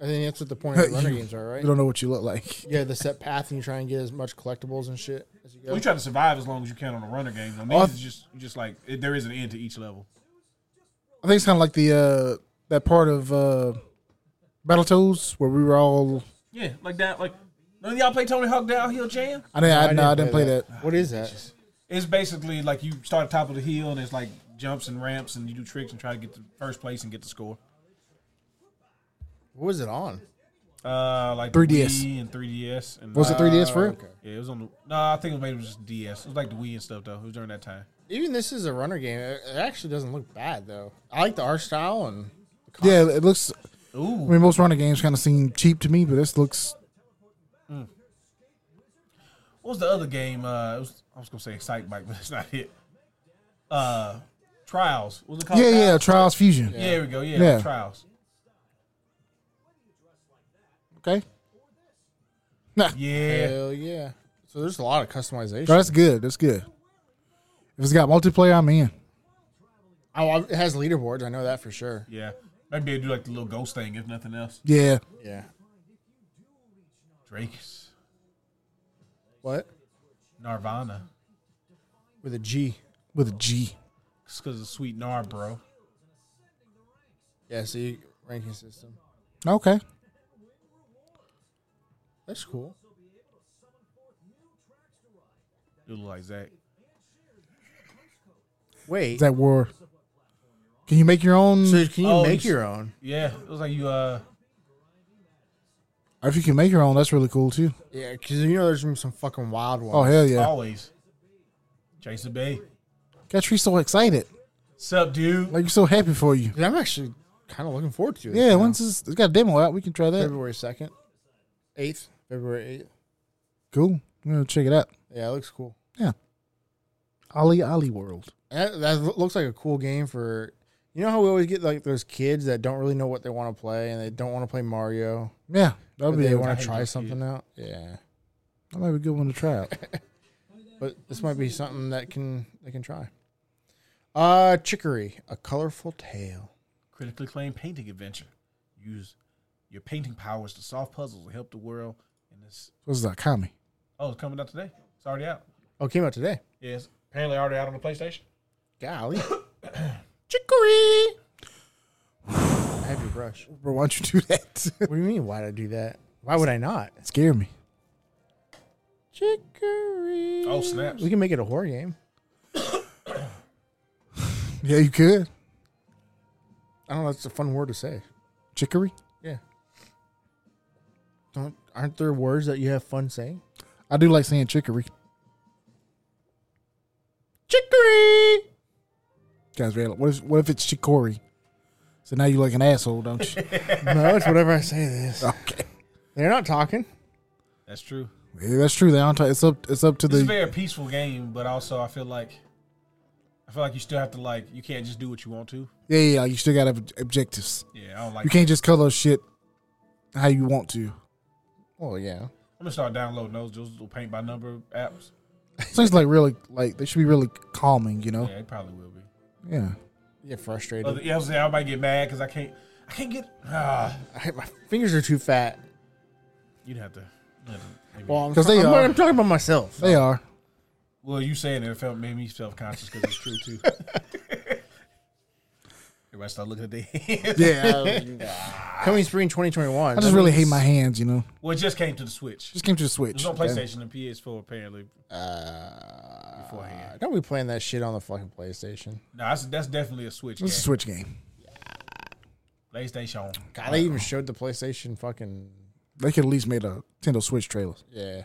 Speaker 4: I think that's what the point of the runner
Speaker 3: You-
Speaker 4: games are, right?
Speaker 3: You don't know what you look like.
Speaker 4: Yeah, the set path, and you try and get as much collectibles and shit as you go.
Speaker 2: Well, you try to survive as long as you can on the runner games. On
Speaker 3: Oh, I-
Speaker 2: these, it's just you just like it, there is an end to each level.
Speaker 3: I think it's kind of like the uh, that part of uh, Battletoads where we were all.
Speaker 2: Yeah, like that. Like none of y'all play Tony Hawk downhill jam.
Speaker 3: I didn't. I, no, I didn't play that.
Speaker 4: What is that?
Speaker 2: It's basically like you start at top of the hill and it's like jumps and ramps and you do tricks and try to get to first place and get the score.
Speaker 4: What was it on?
Speaker 2: Uh, like
Speaker 3: 3DS.
Speaker 2: Wii and 3DS. And, uh,
Speaker 3: Was it 3DS for real?
Speaker 2: Yeah, it was on the. No, nah, I think it was maybe just DS. It was like the Wii and stuff though. It was during that time.
Speaker 4: Even this is a runner game. It it actually doesn't look bad though. I like the art style and
Speaker 3: Yeah, it looks. I
Speaker 2: Ooh,
Speaker 3: mean, most runner games kind of seem cheap to me, but this looks.
Speaker 2: what was the other game? Uh, it was, I was gonna say Excite Bike, but it's not it. Uh, Trials. What was it called?
Speaker 3: Yeah, yeah.
Speaker 2: Trials?
Speaker 3: Trials Fusion.
Speaker 2: Yeah, there we go. Yeah,
Speaker 3: Yeah.
Speaker 2: Trials.
Speaker 3: Okay.
Speaker 2: Yeah.
Speaker 4: hell yeah. So there's a lot of customization.
Speaker 3: Bro, that's good. That's good. If it's got multiplayer, I'm in.
Speaker 4: Oh, I- it has leaderboards. I know that for sure.
Speaker 2: Yeah. Maybe they do like the little ghost thing, if nothing else.
Speaker 3: Yeah.
Speaker 4: Yeah.
Speaker 2: Drake's
Speaker 4: What?
Speaker 2: Nirvana.
Speaker 4: With a G.
Speaker 3: With a G.
Speaker 2: It's because of Sweet Nar, bro.
Speaker 4: Yeah. So you ranking system.
Speaker 3: Okay.
Speaker 4: That's cool.
Speaker 2: You look like Zach.
Speaker 4: Wait.
Speaker 3: Is that war? Can you make your own?
Speaker 4: so can you
Speaker 2: Oh,
Speaker 4: make
Speaker 2: he's-
Speaker 4: your own?
Speaker 2: Yeah, it was like you, uh,
Speaker 3: if you can make your own, that's really cool too.
Speaker 4: Yeah, because you know there's been some fucking wild
Speaker 3: Oh
Speaker 4: ones.
Speaker 3: hell yeah!
Speaker 2: always. Jason Bay.
Speaker 3: Got you so excited.
Speaker 2: Sup, dude?
Speaker 3: Like you're so happy for you.
Speaker 4: Dude, I'm actually kind of looking forward to it.
Speaker 3: Yeah.
Speaker 4: now.
Speaker 3: Once it's, it's got a demo out, we can try that.
Speaker 4: February second, eighth. February eighth.
Speaker 3: Cool. We're gonna check it out.
Speaker 4: Yeah, it looks cool.
Speaker 3: Ollie Ollie World.
Speaker 4: That, that lo- looks like a cool game for. You know how we always get like those kids that don't really know what they want to play and they don't want to play Mario.
Speaker 3: Yeah. That would
Speaker 4: But
Speaker 3: be
Speaker 4: they
Speaker 3: a,
Speaker 4: want
Speaker 2: hate
Speaker 4: to try
Speaker 2: those
Speaker 4: something out. Yeah,
Speaker 3: that might be a good one to try out.
Speaker 4: but this might be something that can they can try. Uh, Chicory, a colorful tale.
Speaker 2: Critically acclaimed painting adventure. Use your painting powers to solve puzzles and help the world. And this
Speaker 3: What's that comic?
Speaker 2: oh, it's coming out today. It's already out.
Speaker 4: Oh, it came out today.
Speaker 2: Yeah, it's apparently already out on the PlayStation.
Speaker 4: Golly, Chicory. I have your brush.
Speaker 3: Bro, why don't you do that?
Speaker 4: What do you mean? Why'd I do that? Why would I not?
Speaker 3: Scare me.
Speaker 4: Chicory.
Speaker 2: Oh, snaps.
Speaker 4: We can make it a horror game.
Speaker 3: Yeah, you could.
Speaker 4: I don't know. That's a fun word to say.
Speaker 3: Chicory.
Speaker 4: Yeah. Don't aren't there words that you have fun saying?
Speaker 3: I do like saying chicory.
Speaker 4: Chicory.
Speaker 3: Guys, really, what if what if it's chicory? So now you like an asshole, don't you?
Speaker 4: No, it's whatever I say. This
Speaker 3: okay.
Speaker 4: they're not talking.
Speaker 2: That's true.
Speaker 3: Yeah, that's true. They don't t- it's up it's up to
Speaker 2: This is a
Speaker 3: the
Speaker 2: very peaceful game, but also I feel like I feel like you still have to like you can't just do what you want to.
Speaker 3: yeah, yeah, you still got to have objectives.
Speaker 2: Yeah, I don't like.
Speaker 3: You can't just color shit how you want to.
Speaker 4: Oh yeah.
Speaker 2: I'm gonna start downloading those those little paint by number apps.
Speaker 3: Things like really like they should be really calming, you know.
Speaker 2: Yeah, it probably will be.
Speaker 3: Yeah.
Speaker 4: Yeah, frustrated.
Speaker 2: Other, yeah, I was saying I might get mad because I can't. I can't get. Ah,
Speaker 4: I, my fingers are too fat.
Speaker 2: you'd have to. you'd have to maybe-
Speaker 4: Well, I'm,
Speaker 3: 'Cause they
Speaker 4: I'm,
Speaker 3: are.
Speaker 4: I'm talking about myself.
Speaker 3: They are.
Speaker 2: Well, you saying it felt made me self conscious because it's true too. Everybody start looking at their hands.
Speaker 3: Yeah.
Speaker 4: Coming spring 2021.
Speaker 3: I just really hate my hands, you know.
Speaker 2: Well, it just came to the Switch. It
Speaker 3: Just came to the
Speaker 2: was
Speaker 3: Switch.
Speaker 2: on PlayStation and PS4 apparently.
Speaker 4: Uh,
Speaker 2: Beforehand.
Speaker 4: Don't be playing that shit on the fucking PlayStation.
Speaker 2: No, that's, that's definitely a Switch game.
Speaker 3: It's a Switch game.
Speaker 2: PlayStation.
Speaker 4: God, they even showed the PlayStation fucking.
Speaker 3: They could at least made a Nintendo Switch trailer.
Speaker 4: Yeah.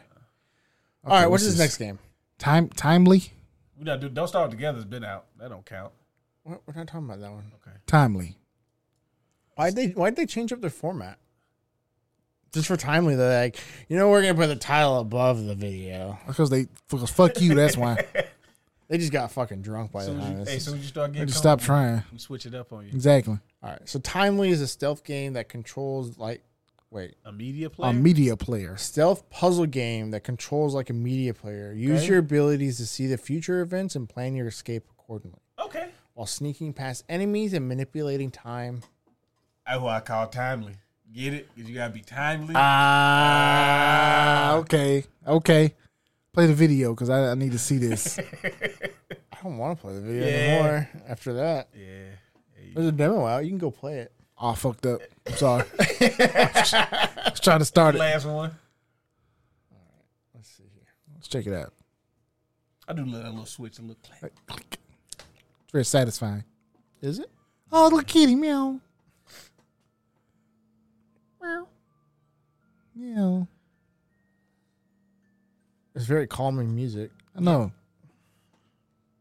Speaker 4: All right,
Speaker 3: what's
Speaker 4: what's this
Speaker 3: this?
Speaker 4: next game?
Speaker 3: Time timely,
Speaker 2: We not do. Don't start together. It's been out. That don't count.
Speaker 4: We're we're not talking about that one.
Speaker 2: Okay.
Speaker 3: timely.
Speaker 4: Why'd they Why'd they change up their format? Just for timely, they're like, you know, we're gonna put the title above the video.
Speaker 3: Because they because fuck you, that's why.
Speaker 4: They just got fucking drunk by the
Speaker 2: Soon as
Speaker 4: time.
Speaker 2: you,
Speaker 4: this
Speaker 2: hey,
Speaker 4: is-
Speaker 2: soon as you start
Speaker 3: They
Speaker 2: getting,
Speaker 3: just
Speaker 2: comfortable,
Speaker 3: stop trying.
Speaker 2: We switch it up on you.
Speaker 3: Exactly.
Speaker 4: All right, so timely is a stealth game that controls like, wait,
Speaker 2: A media player.
Speaker 3: A media player.
Speaker 4: stealth puzzle game that controls like a media player. Use
Speaker 2: Okay.
Speaker 4: your abilities to see the future events and plan your escape accordingly,
Speaker 2: okay.
Speaker 4: while sneaking past enemies and manipulating time.
Speaker 2: That's who I call timely. Get it? 'Cause you gotta be timely.
Speaker 3: Ah, okay, okay. Play the video because I, I need to see this.
Speaker 4: I don't want to play the video
Speaker 2: Yeah.
Speaker 4: anymore. After that,
Speaker 2: yeah. Hey,
Speaker 4: there's a demo out. You can go play it.
Speaker 3: All fucked up. I'm sorry. I was trying to start it.
Speaker 2: last one.
Speaker 4: Let's see here.
Speaker 3: Let's check it out.
Speaker 2: I do love that little switch. A little clap.
Speaker 3: Click. It's very satisfying.
Speaker 4: Is it?
Speaker 3: Oh, little kitty meow.
Speaker 4: Meow.
Speaker 3: Meow.
Speaker 4: It's very calming music.
Speaker 3: I know.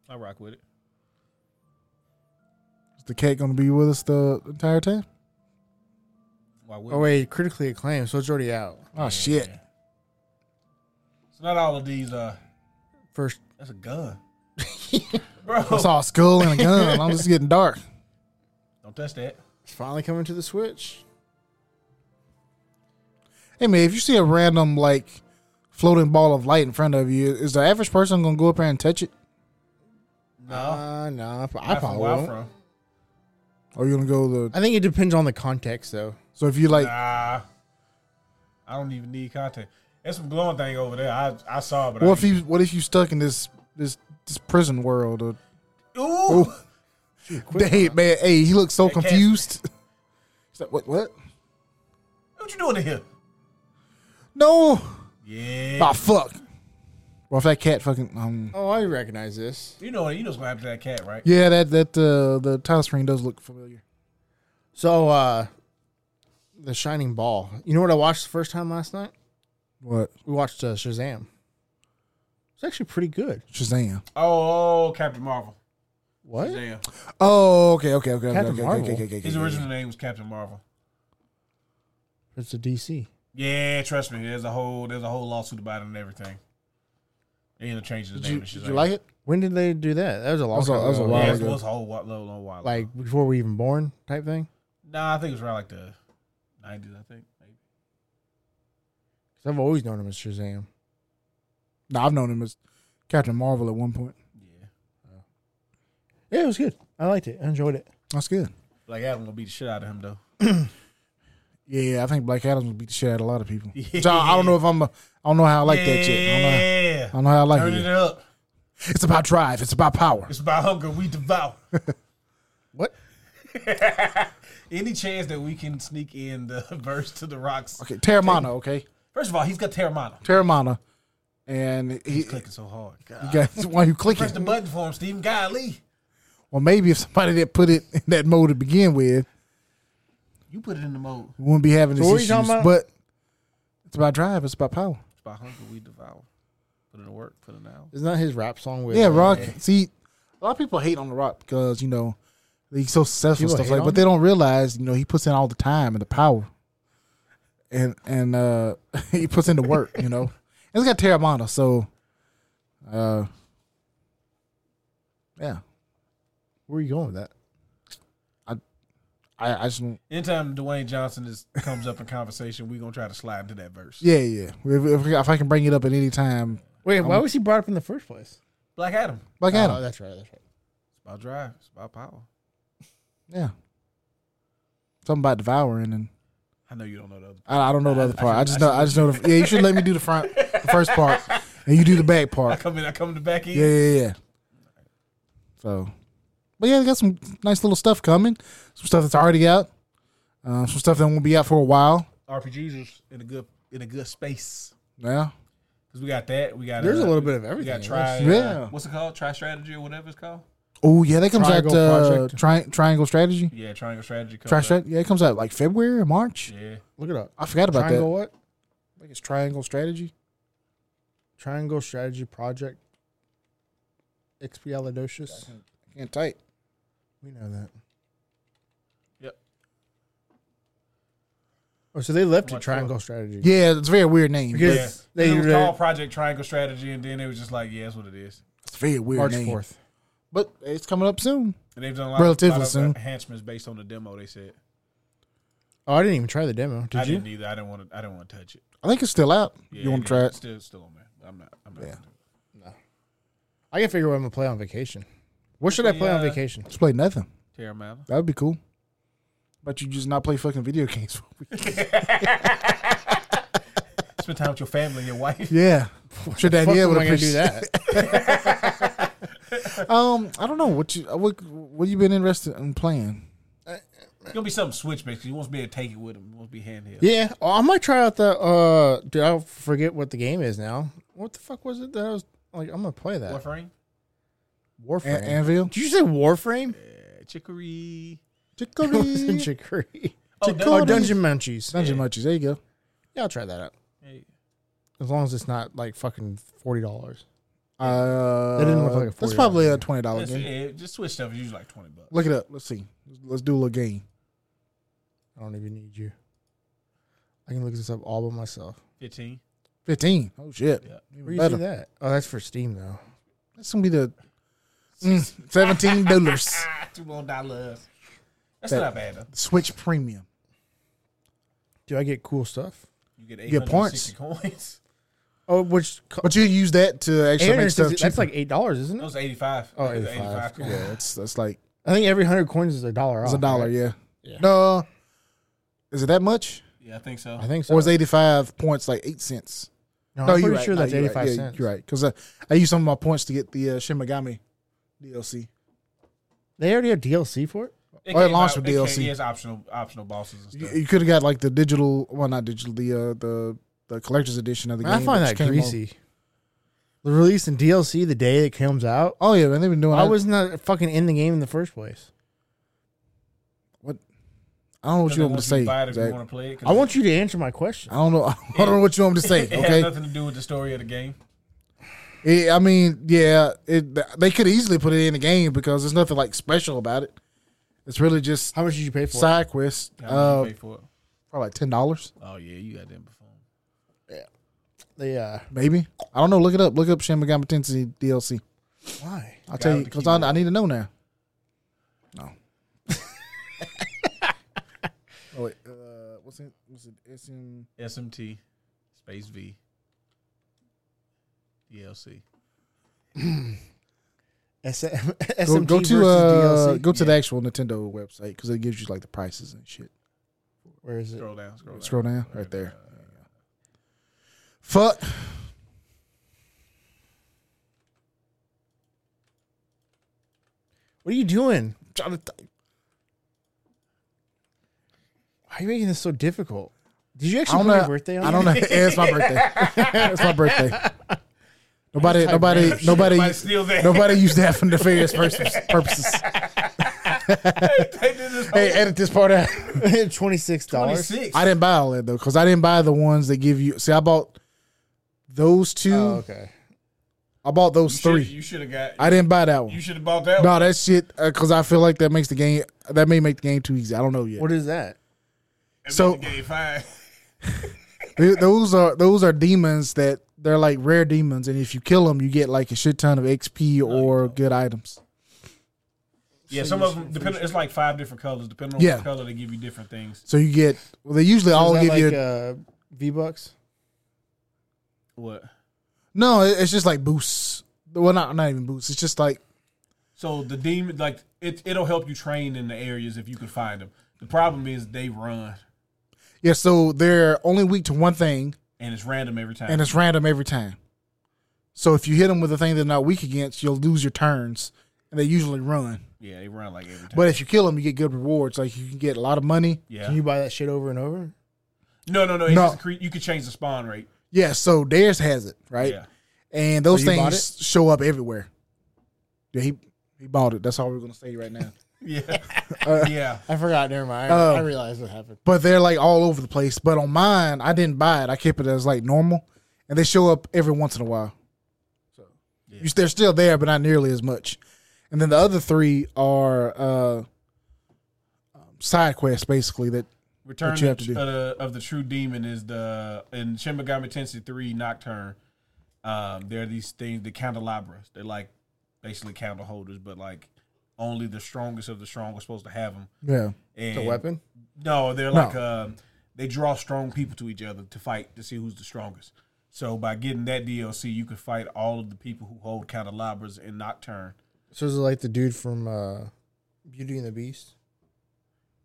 Speaker 2: I rock with it.
Speaker 3: Is the cat going to be with us the entire time?
Speaker 2: Why would?
Speaker 4: Oh wait, critically acclaimed, so it's already out.
Speaker 3: Oh shit!
Speaker 2: It's not all of these. Uh,
Speaker 4: First,
Speaker 2: that's a gun, bro.
Speaker 3: I saw a skull and a gun. I'm just getting dark.
Speaker 2: Don't touch that.
Speaker 4: it's finally coming to the Switch.
Speaker 3: Hey man, if you see a random like floating ball of light in front of you, is the average person going to go up there and touch it?
Speaker 2: No,
Speaker 4: Uh, no, I
Speaker 2: Not from
Speaker 4: probably
Speaker 2: where I'm
Speaker 4: won't.
Speaker 2: from.
Speaker 3: Or you going to go the?
Speaker 4: I think it depends on the context, though.
Speaker 3: So if you like,
Speaker 2: Nah, I don't even need content. There's some glowing thing over there. I I saw, it, but
Speaker 3: What
Speaker 2: I
Speaker 3: if you what if you stuck in this this this prison world? Or,
Speaker 2: you? Ooh,
Speaker 3: hey man, hey, he looks so
Speaker 2: cat.
Speaker 3: confused. He's like, what? What?
Speaker 2: what you doing in here?
Speaker 3: No.
Speaker 2: Yeah,
Speaker 3: Ah, fuck. Well, if that cat fucking um,
Speaker 4: Oh, I recognize this.
Speaker 2: you know you know what's gonna happen to that cat, right?
Speaker 3: yeah, that that uh, the title screen does look familiar.
Speaker 4: So, uh, the Shining Ball. You know what I watched the first time last night?
Speaker 3: What?
Speaker 4: We watched uh, Shazam. It's actually pretty good.
Speaker 3: Shazam.
Speaker 2: Oh, oh, Captain Marvel.
Speaker 4: What?
Speaker 2: Damn,
Speaker 3: Oh, okay, okay, okay, okay, okay,
Speaker 4: Captain
Speaker 3: okay,
Speaker 4: Marvel.
Speaker 3: okay, okay, okay,
Speaker 2: his
Speaker 3: okay.
Speaker 2: original name was Captain Marvel.
Speaker 4: It's a DC.
Speaker 2: Yeah, trust me. There's a whole there's a whole lawsuit about it and everything. They ended up changing his
Speaker 3: Did you,
Speaker 2: name.
Speaker 3: did
Speaker 2: to
Speaker 3: you
Speaker 2: Shazam.
Speaker 3: like it?
Speaker 4: When did they do that? That was a long
Speaker 3: was a-
Speaker 4: time
Speaker 3: that was a
Speaker 4: ago.
Speaker 3: while
Speaker 2: Yeah,
Speaker 4: Yeah.
Speaker 2: it
Speaker 3: ago.
Speaker 2: was a whole while, little, little while.
Speaker 4: Like before we even born type thing.
Speaker 2: nah, I think it was around like the nineties. I think. Maybe.
Speaker 4: 'Cause I've always known him as Shazam.
Speaker 3: No, I've known him as Captain Marvel at one point.
Speaker 2: Yeah.
Speaker 4: Yeah, it was good. I liked it. I enjoyed it.
Speaker 3: That's good.
Speaker 2: Black Adam gonna beat the shit out of him though.
Speaker 3: Yeah, I think Black Adam will beat the shit out of a lot of people. So I, I don't know if I'm. A, I don't know how I like that shit. I don't know,
Speaker 2: Yeah.
Speaker 3: I don't know how I like
Speaker 2: Turn
Speaker 3: it.
Speaker 2: it up.
Speaker 3: It's about drive. It's about power.
Speaker 2: It's about hunger. We devour.
Speaker 4: What?
Speaker 2: Any chance that we can sneak in the verse to the rocks.
Speaker 3: Okay, Terramana. Okay,
Speaker 2: First of all, he's got Terramana.
Speaker 3: Terramana, and he,
Speaker 2: Clicking so hard. God.
Speaker 3: you got why you clicking?
Speaker 2: Press the button for him, Stephen. Golly.
Speaker 3: Well, maybe if somebody that put it in that mode to begin with,
Speaker 2: You put it in the mode.
Speaker 3: we wouldn't be having these
Speaker 4: what are you
Speaker 3: issues.
Speaker 4: talking about?
Speaker 3: But it's about drive. It's about power.
Speaker 2: It's about hunger. We devour. Put in the work. Put it out.
Speaker 4: Isn't that his rap song with?
Speaker 3: Yeah,
Speaker 4: uh,
Speaker 3: Rock. See, a lot of people hate on the Rock because you know he's so successful and
Speaker 4: People
Speaker 3: stuff
Speaker 4: hate
Speaker 3: like.
Speaker 4: on
Speaker 3: But they don't realize you know he puts in all the time and the power, and and uh he puts in the work. You know, and it's got Terramana, so uh, yeah.
Speaker 4: Where are you going with that?
Speaker 3: I, I just don't-
Speaker 2: Anytime Dwayne Johnson is comes up in conversation, we're gonna try to slide into that verse.
Speaker 3: yeah yeah. If, if, if I can bring it up at any time,
Speaker 4: Wait, why was he brought up in the first place?
Speaker 2: Black Adam.
Speaker 3: like Adam,
Speaker 4: Oh, that's right. That's right.
Speaker 2: It's about drive. It's about power.
Speaker 3: yeah. Something about devouring and
Speaker 2: I know you don't know the other.
Speaker 3: I, I don't know the other part. I, just know I just know the yeah. You should let me do the front, the first part, and you do the back
Speaker 2: I
Speaker 3: part.
Speaker 2: come in. I come in the back end.
Speaker 3: Yeah, yeah, yeah. So, but yeah, they got some nice little stuff coming. Some stuff that's already out. Uh, some stuff that won't be out for a while.
Speaker 2: RPGs is in a good in a good space
Speaker 3: Yeah,
Speaker 2: because we got that. We got
Speaker 4: There's
Speaker 2: uh,
Speaker 4: a little bit of
Speaker 2: We
Speaker 4: everything.
Speaker 2: got try.
Speaker 3: Yeah.
Speaker 2: Uh, what's it called? Try strategy or whatever it's called.
Speaker 3: Oh yeah, that comes out.
Speaker 4: Triangle
Speaker 3: Uh,
Speaker 4: Project.
Speaker 3: tri- triangle strategy.
Speaker 2: Yeah, triangle strategy. comes
Speaker 3: Tri-
Speaker 2: up.
Speaker 3: strat- yeah, it comes out like February or March.
Speaker 2: Yeah,
Speaker 4: Look it up.
Speaker 3: I forgot about
Speaker 4: triangle
Speaker 3: that.
Speaker 4: what?
Speaker 3: I think it's triangle strategy.
Speaker 4: Triangle Strategy Project. XP Aladocious.
Speaker 3: Can't type.
Speaker 4: We know that.
Speaker 2: Yep.
Speaker 4: Oh, so they left
Speaker 2: Watch
Speaker 4: it
Speaker 2: out.
Speaker 4: Triangle Strategy.
Speaker 3: Yeah, it's a very weird name.
Speaker 4: Because-
Speaker 2: yeah.
Speaker 4: they-
Speaker 2: it was
Speaker 4: they-
Speaker 2: called Project Triangle Strategy, and then it was just like, yeah, that's what it is.
Speaker 3: It's a very weird
Speaker 4: March
Speaker 3: name.
Speaker 4: 4th.
Speaker 3: But it's coming up soon.
Speaker 2: And they've done a lot,
Speaker 3: Relatively
Speaker 2: a lot of
Speaker 3: soon.
Speaker 2: enhancements based on the demo. They said
Speaker 4: Oh, I didn't even try the demo. Did
Speaker 2: I
Speaker 4: you?
Speaker 2: didn't either. I didn't want to. I didn't want to touch it.
Speaker 3: I think it's still out.
Speaker 2: Yeah,
Speaker 3: you
Speaker 2: yeah,
Speaker 3: want to try it?
Speaker 2: Still, still on there. I'm not. I'm not.
Speaker 3: Yeah.
Speaker 2: gonna do it.
Speaker 4: I can figure out what I'm going to play on vacation. What should I play on
Speaker 2: Yeah.
Speaker 4: vacation?
Speaker 3: Just play nothing.
Speaker 2: Terra Mana.
Speaker 3: That would be cool. But you just not play fucking video games.
Speaker 2: Spend time with your family and your wife.
Speaker 3: yeah, sure.
Speaker 4: Fuck,
Speaker 3: Danielle
Speaker 4: am
Speaker 3: would
Speaker 4: I gonna do
Speaker 3: appreciate
Speaker 4: that.
Speaker 3: Um, I don't know what you what what you been interested in playing.
Speaker 2: It's gonna be something Switch based. 'cause He wants me to take it with him. He wants to be handheld.
Speaker 4: yeah. Oh, I might try out the. uh Dude, I forget what the game is now. What the fuck was it that I was. Like, I'm going to play that.
Speaker 2: Warframe.
Speaker 4: Warframe.
Speaker 3: A- Anvil,
Speaker 4: Did you say Warframe?
Speaker 2: Yeah, Chicory.
Speaker 4: Wasn't
Speaker 3: Chicory,
Speaker 4: Chicory.
Speaker 2: Oh,
Speaker 4: Oh,
Speaker 2: Dungeon-
Speaker 4: Dungeon Munchies.
Speaker 3: Dungeon Munchies. There you go.
Speaker 4: Yeah, I'll try that out.
Speaker 2: Hey,
Speaker 4: As long as it's not like fucking forty dollars.
Speaker 3: Uh,
Speaker 4: That didn't look like a
Speaker 3: that's
Speaker 4: $40
Speaker 3: probably a twenty dollar
Speaker 2: that's-
Speaker 3: game.
Speaker 2: yeah, just Switch stuff is usually like twenty bucks.
Speaker 3: Look it up. Let's see. Let's do a little game.
Speaker 4: I don't even need you. I can look this up all by myself.
Speaker 2: Fifteen.
Speaker 3: Fifteen. Oh shit.
Speaker 2: Yeah.
Speaker 4: Where you
Speaker 3: Better.
Speaker 4: see that? Oh, that's for Steam though.
Speaker 3: That's gonna be the mm, seventeen dollars.
Speaker 2: Ah, two more dollars. That's
Speaker 3: That-
Speaker 2: not bad though.
Speaker 3: Switch Premium.
Speaker 4: Do I get cool stuff?
Speaker 2: You get eight
Speaker 3: Get
Speaker 2: hundred
Speaker 3: points.
Speaker 2: sixty coins.
Speaker 4: Oh, which
Speaker 3: But you use that to actually make stuff cheaper.
Speaker 4: that's like eight dollars, isn't
Speaker 2: That
Speaker 4: it?
Speaker 2: was eighty five.
Speaker 4: Oh, 85.
Speaker 2: coins.
Speaker 3: yeah, that's that's like
Speaker 4: I think every hundred coins is a dollar.
Speaker 3: it's a
Speaker 4: off,
Speaker 3: dollar.
Speaker 4: right?
Speaker 3: Yeah.
Speaker 4: Oh, Yeah.
Speaker 3: No. Is it that much?
Speaker 2: Yeah, I think so.
Speaker 4: I think so.
Speaker 3: Or is eighty five points like eight cents?
Speaker 4: No,
Speaker 3: No,
Speaker 4: I'm
Speaker 3: you're
Speaker 4: pretty
Speaker 3: right.
Speaker 4: sure
Speaker 3: No,
Speaker 4: that's
Speaker 3: you're right.
Speaker 4: eighty five
Speaker 3: Yeah,
Speaker 4: cents.
Speaker 3: You're right. Because uh, I used some of my points to get the uh, Shin Megami DLC.
Speaker 4: They already have DLC for it.
Speaker 2: It
Speaker 3: Or it
Speaker 2: came
Speaker 3: launched
Speaker 2: out-
Speaker 3: with
Speaker 2: it came-
Speaker 3: DLC.
Speaker 2: Yeah, it's optional, optional bosses and
Speaker 3: You,
Speaker 2: stuff.
Speaker 3: could have got like the digital, well, not digital, the uh, the the collector's edition of the
Speaker 4: Man,
Speaker 3: game.
Speaker 4: I find
Speaker 3: which
Speaker 4: that
Speaker 3: came on-
Speaker 4: greasy. The release in DLC the day it comes out.
Speaker 3: Oh yeah, man, they've been doing.
Speaker 4: I
Speaker 3: that.
Speaker 4: was not fucking in the game in the first place.
Speaker 3: I don't know what
Speaker 2: Because
Speaker 3: you
Speaker 2: they
Speaker 3: want me to say.
Speaker 2: you buy it if you
Speaker 3: Zach.
Speaker 2: want to play it. 'cause
Speaker 4: I want you to answer my question.
Speaker 3: I don't know. I don't know what you want me to say.
Speaker 2: It has
Speaker 3: Okay.
Speaker 2: nothing to do with the story of the game.
Speaker 3: It- I mean, yeah, it, they could easily put it in the game because there's nothing like special about it. It's really just
Speaker 4: How much did you pay for it?
Speaker 3: side quest.
Speaker 2: How much
Speaker 3: Uh,
Speaker 2: you pay for it?
Speaker 3: probably like ten dollars,
Speaker 2: Oh yeah, you got them before.
Speaker 4: The uh,
Speaker 3: maybe. I don't know. Look it up. Look up Shin Megami Tensei DLC.
Speaker 4: why?
Speaker 3: I'll
Speaker 2: Guy
Speaker 3: tell you
Speaker 2: with the
Speaker 3: because I, I
Speaker 2: keyboard.
Speaker 3: need to know now. No. oh wait, uh, what's it? What's it? SM
Speaker 2: SMT. It's Space V. DLC.
Speaker 4: S-
Speaker 3: Go,
Speaker 4: SMT
Speaker 3: go to
Speaker 4: versus
Speaker 3: uh,
Speaker 4: DLC.
Speaker 3: go to the actual Nintendo website because it gives you like the prices and shit.
Speaker 4: Where is it?
Speaker 2: Scroll down. Scroll down. Oh,
Speaker 3: Scroll down right there. Fuck.
Speaker 4: What are you doing? Trying to th- Why are you making this so difficult? Did you
Speaker 3: I
Speaker 4: actually
Speaker 3: don't
Speaker 4: put
Speaker 3: know.
Speaker 4: your birthday on?
Speaker 3: I don't know. Yeah, it's my birthday. it's my birthday. Nobody,
Speaker 4: type
Speaker 3: nobody,
Speaker 4: random
Speaker 3: nobody,
Speaker 2: Might steal that.
Speaker 3: nobody used that for nefarious purposes. purposes.
Speaker 2: They did this
Speaker 3: Hey, edit this part out.
Speaker 4: Twenty six dollars.
Speaker 2: 26.
Speaker 3: I didn't buy all that though, because I didn't buy the ones that give you. See, I bought those two.
Speaker 4: Oh, okay.
Speaker 3: I bought those
Speaker 2: You shoulda-
Speaker 3: three.
Speaker 2: You should have got.
Speaker 3: I didn't buy that
Speaker 2: you
Speaker 3: one.
Speaker 2: should have bought that. one.
Speaker 3: No, that shit, because I feel like that makes the game. That may make the game too easy. I don't know yet.
Speaker 4: What is that?
Speaker 2: That
Speaker 3: so-
Speaker 2: was the game fine.
Speaker 3: Th- those are those are demons that they're like rare demons, and if you kill them, you get like a shit ton of XP or good items.
Speaker 2: Yeah, some of them depend. It's like five different colors. Depending on
Speaker 3: Yeah.
Speaker 2: what color, they give you different things.
Speaker 3: So you get. Well, they usually all
Speaker 4: Is that
Speaker 3: give you.
Speaker 4: like uh, V bucks?
Speaker 2: What?
Speaker 3: no, it- it's just like boosts. Well, not not even boosts. It's just like
Speaker 2: So the demon, like it, it'll help you train in the areas if you can find them. The problem is they run,
Speaker 3: yeah. So they're only weak to one thing,
Speaker 2: and it's random every time.
Speaker 3: and it's random every time. So if you hit them with a thing they're not weak against, you'll lose your turns, and they usually run.
Speaker 2: yeah, they run like every time.
Speaker 3: But if you kill them, you get good rewards. Like you can get a lot of money.
Speaker 2: yeah,
Speaker 4: Can you buy that shit over and over?
Speaker 2: no, no, no. It's
Speaker 3: No.
Speaker 2: Just cre- you could change the spawn rate.
Speaker 3: Yeah. So theirs has it right.
Speaker 2: Yeah,
Speaker 3: And those
Speaker 4: So you bought
Speaker 3: things show up everywhere. Yeah, he he bought it. That's all we're gonna say right now.
Speaker 2: yeah,
Speaker 3: Uh,
Speaker 2: yeah.
Speaker 4: I forgot. Never mind.
Speaker 3: Oh.
Speaker 4: I realized what happened.
Speaker 3: but they're like all over the place. But on mine, I didn't buy it. I kept it as like normal, and they show up every once in a while. So you, they're still there, but not nearly as much. And then the other three are uh, um, side quests, basically. That
Speaker 2: Return
Speaker 3: What you have
Speaker 2: of
Speaker 3: to do.
Speaker 2: the, uh, of the true demon is the in Shin Megami Tensei Three Nocturne. Um, there are these things, the candelabras. They're like basically candle holders, but like only the strongest of the strong are supposed to have them.
Speaker 3: yeah,
Speaker 2: And
Speaker 4: The weapon.
Speaker 2: No, they're
Speaker 3: No.
Speaker 2: like um, they draw strong people to each other to fight to see who's the strongest. So by getting that DLC, you can fight all of the people who hold candelabras in Nocturne.
Speaker 4: So is it like the dude from uh, Beauty and the Beast?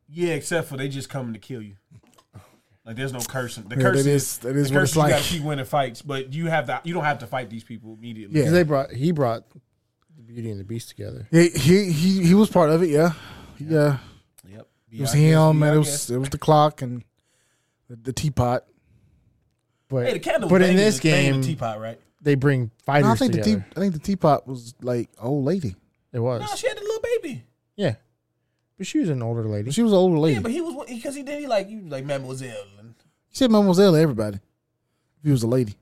Speaker 2: Yeah, except for they just coming to kill you. Like there's no cursing. The
Speaker 3: Yeah,
Speaker 2: curse
Speaker 3: that
Speaker 2: is,
Speaker 3: is- that is
Speaker 2: the
Speaker 3: what
Speaker 2: curse
Speaker 3: it's
Speaker 2: you
Speaker 3: like.
Speaker 2: gotta keep winning fights, but you have to you don't have to fight these people immediately.
Speaker 3: Yeah.
Speaker 4: Because they brought he brought the Beauty and the Beast together.
Speaker 3: he he he, he was part of it. Yeah, yeah.
Speaker 2: Yep.
Speaker 3: It was
Speaker 2: Be our guest,
Speaker 3: him,
Speaker 2: be
Speaker 3: and
Speaker 2: our
Speaker 3: it was
Speaker 2: guest.
Speaker 3: it was the clock and the, the teapot.
Speaker 4: But
Speaker 2: Hey, the candle.
Speaker 4: but
Speaker 2: was
Speaker 4: in
Speaker 2: made
Speaker 4: this
Speaker 2: the name of
Speaker 4: game,
Speaker 2: the teapot, right?
Speaker 4: they bring
Speaker 3: I
Speaker 4: fighters
Speaker 3: don't think the
Speaker 4: together.
Speaker 3: tea, I think the teapot was like old lady.
Speaker 4: it was
Speaker 2: No, she had a little baby.
Speaker 4: yeah, but she was an older lady.
Speaker 3: She was an older lady.
Speaker 2: Yeah, but he was because he did he like you like Mademoiselle. And
Speaker 3: He said Mademoiselle to everybody. If he was a lady.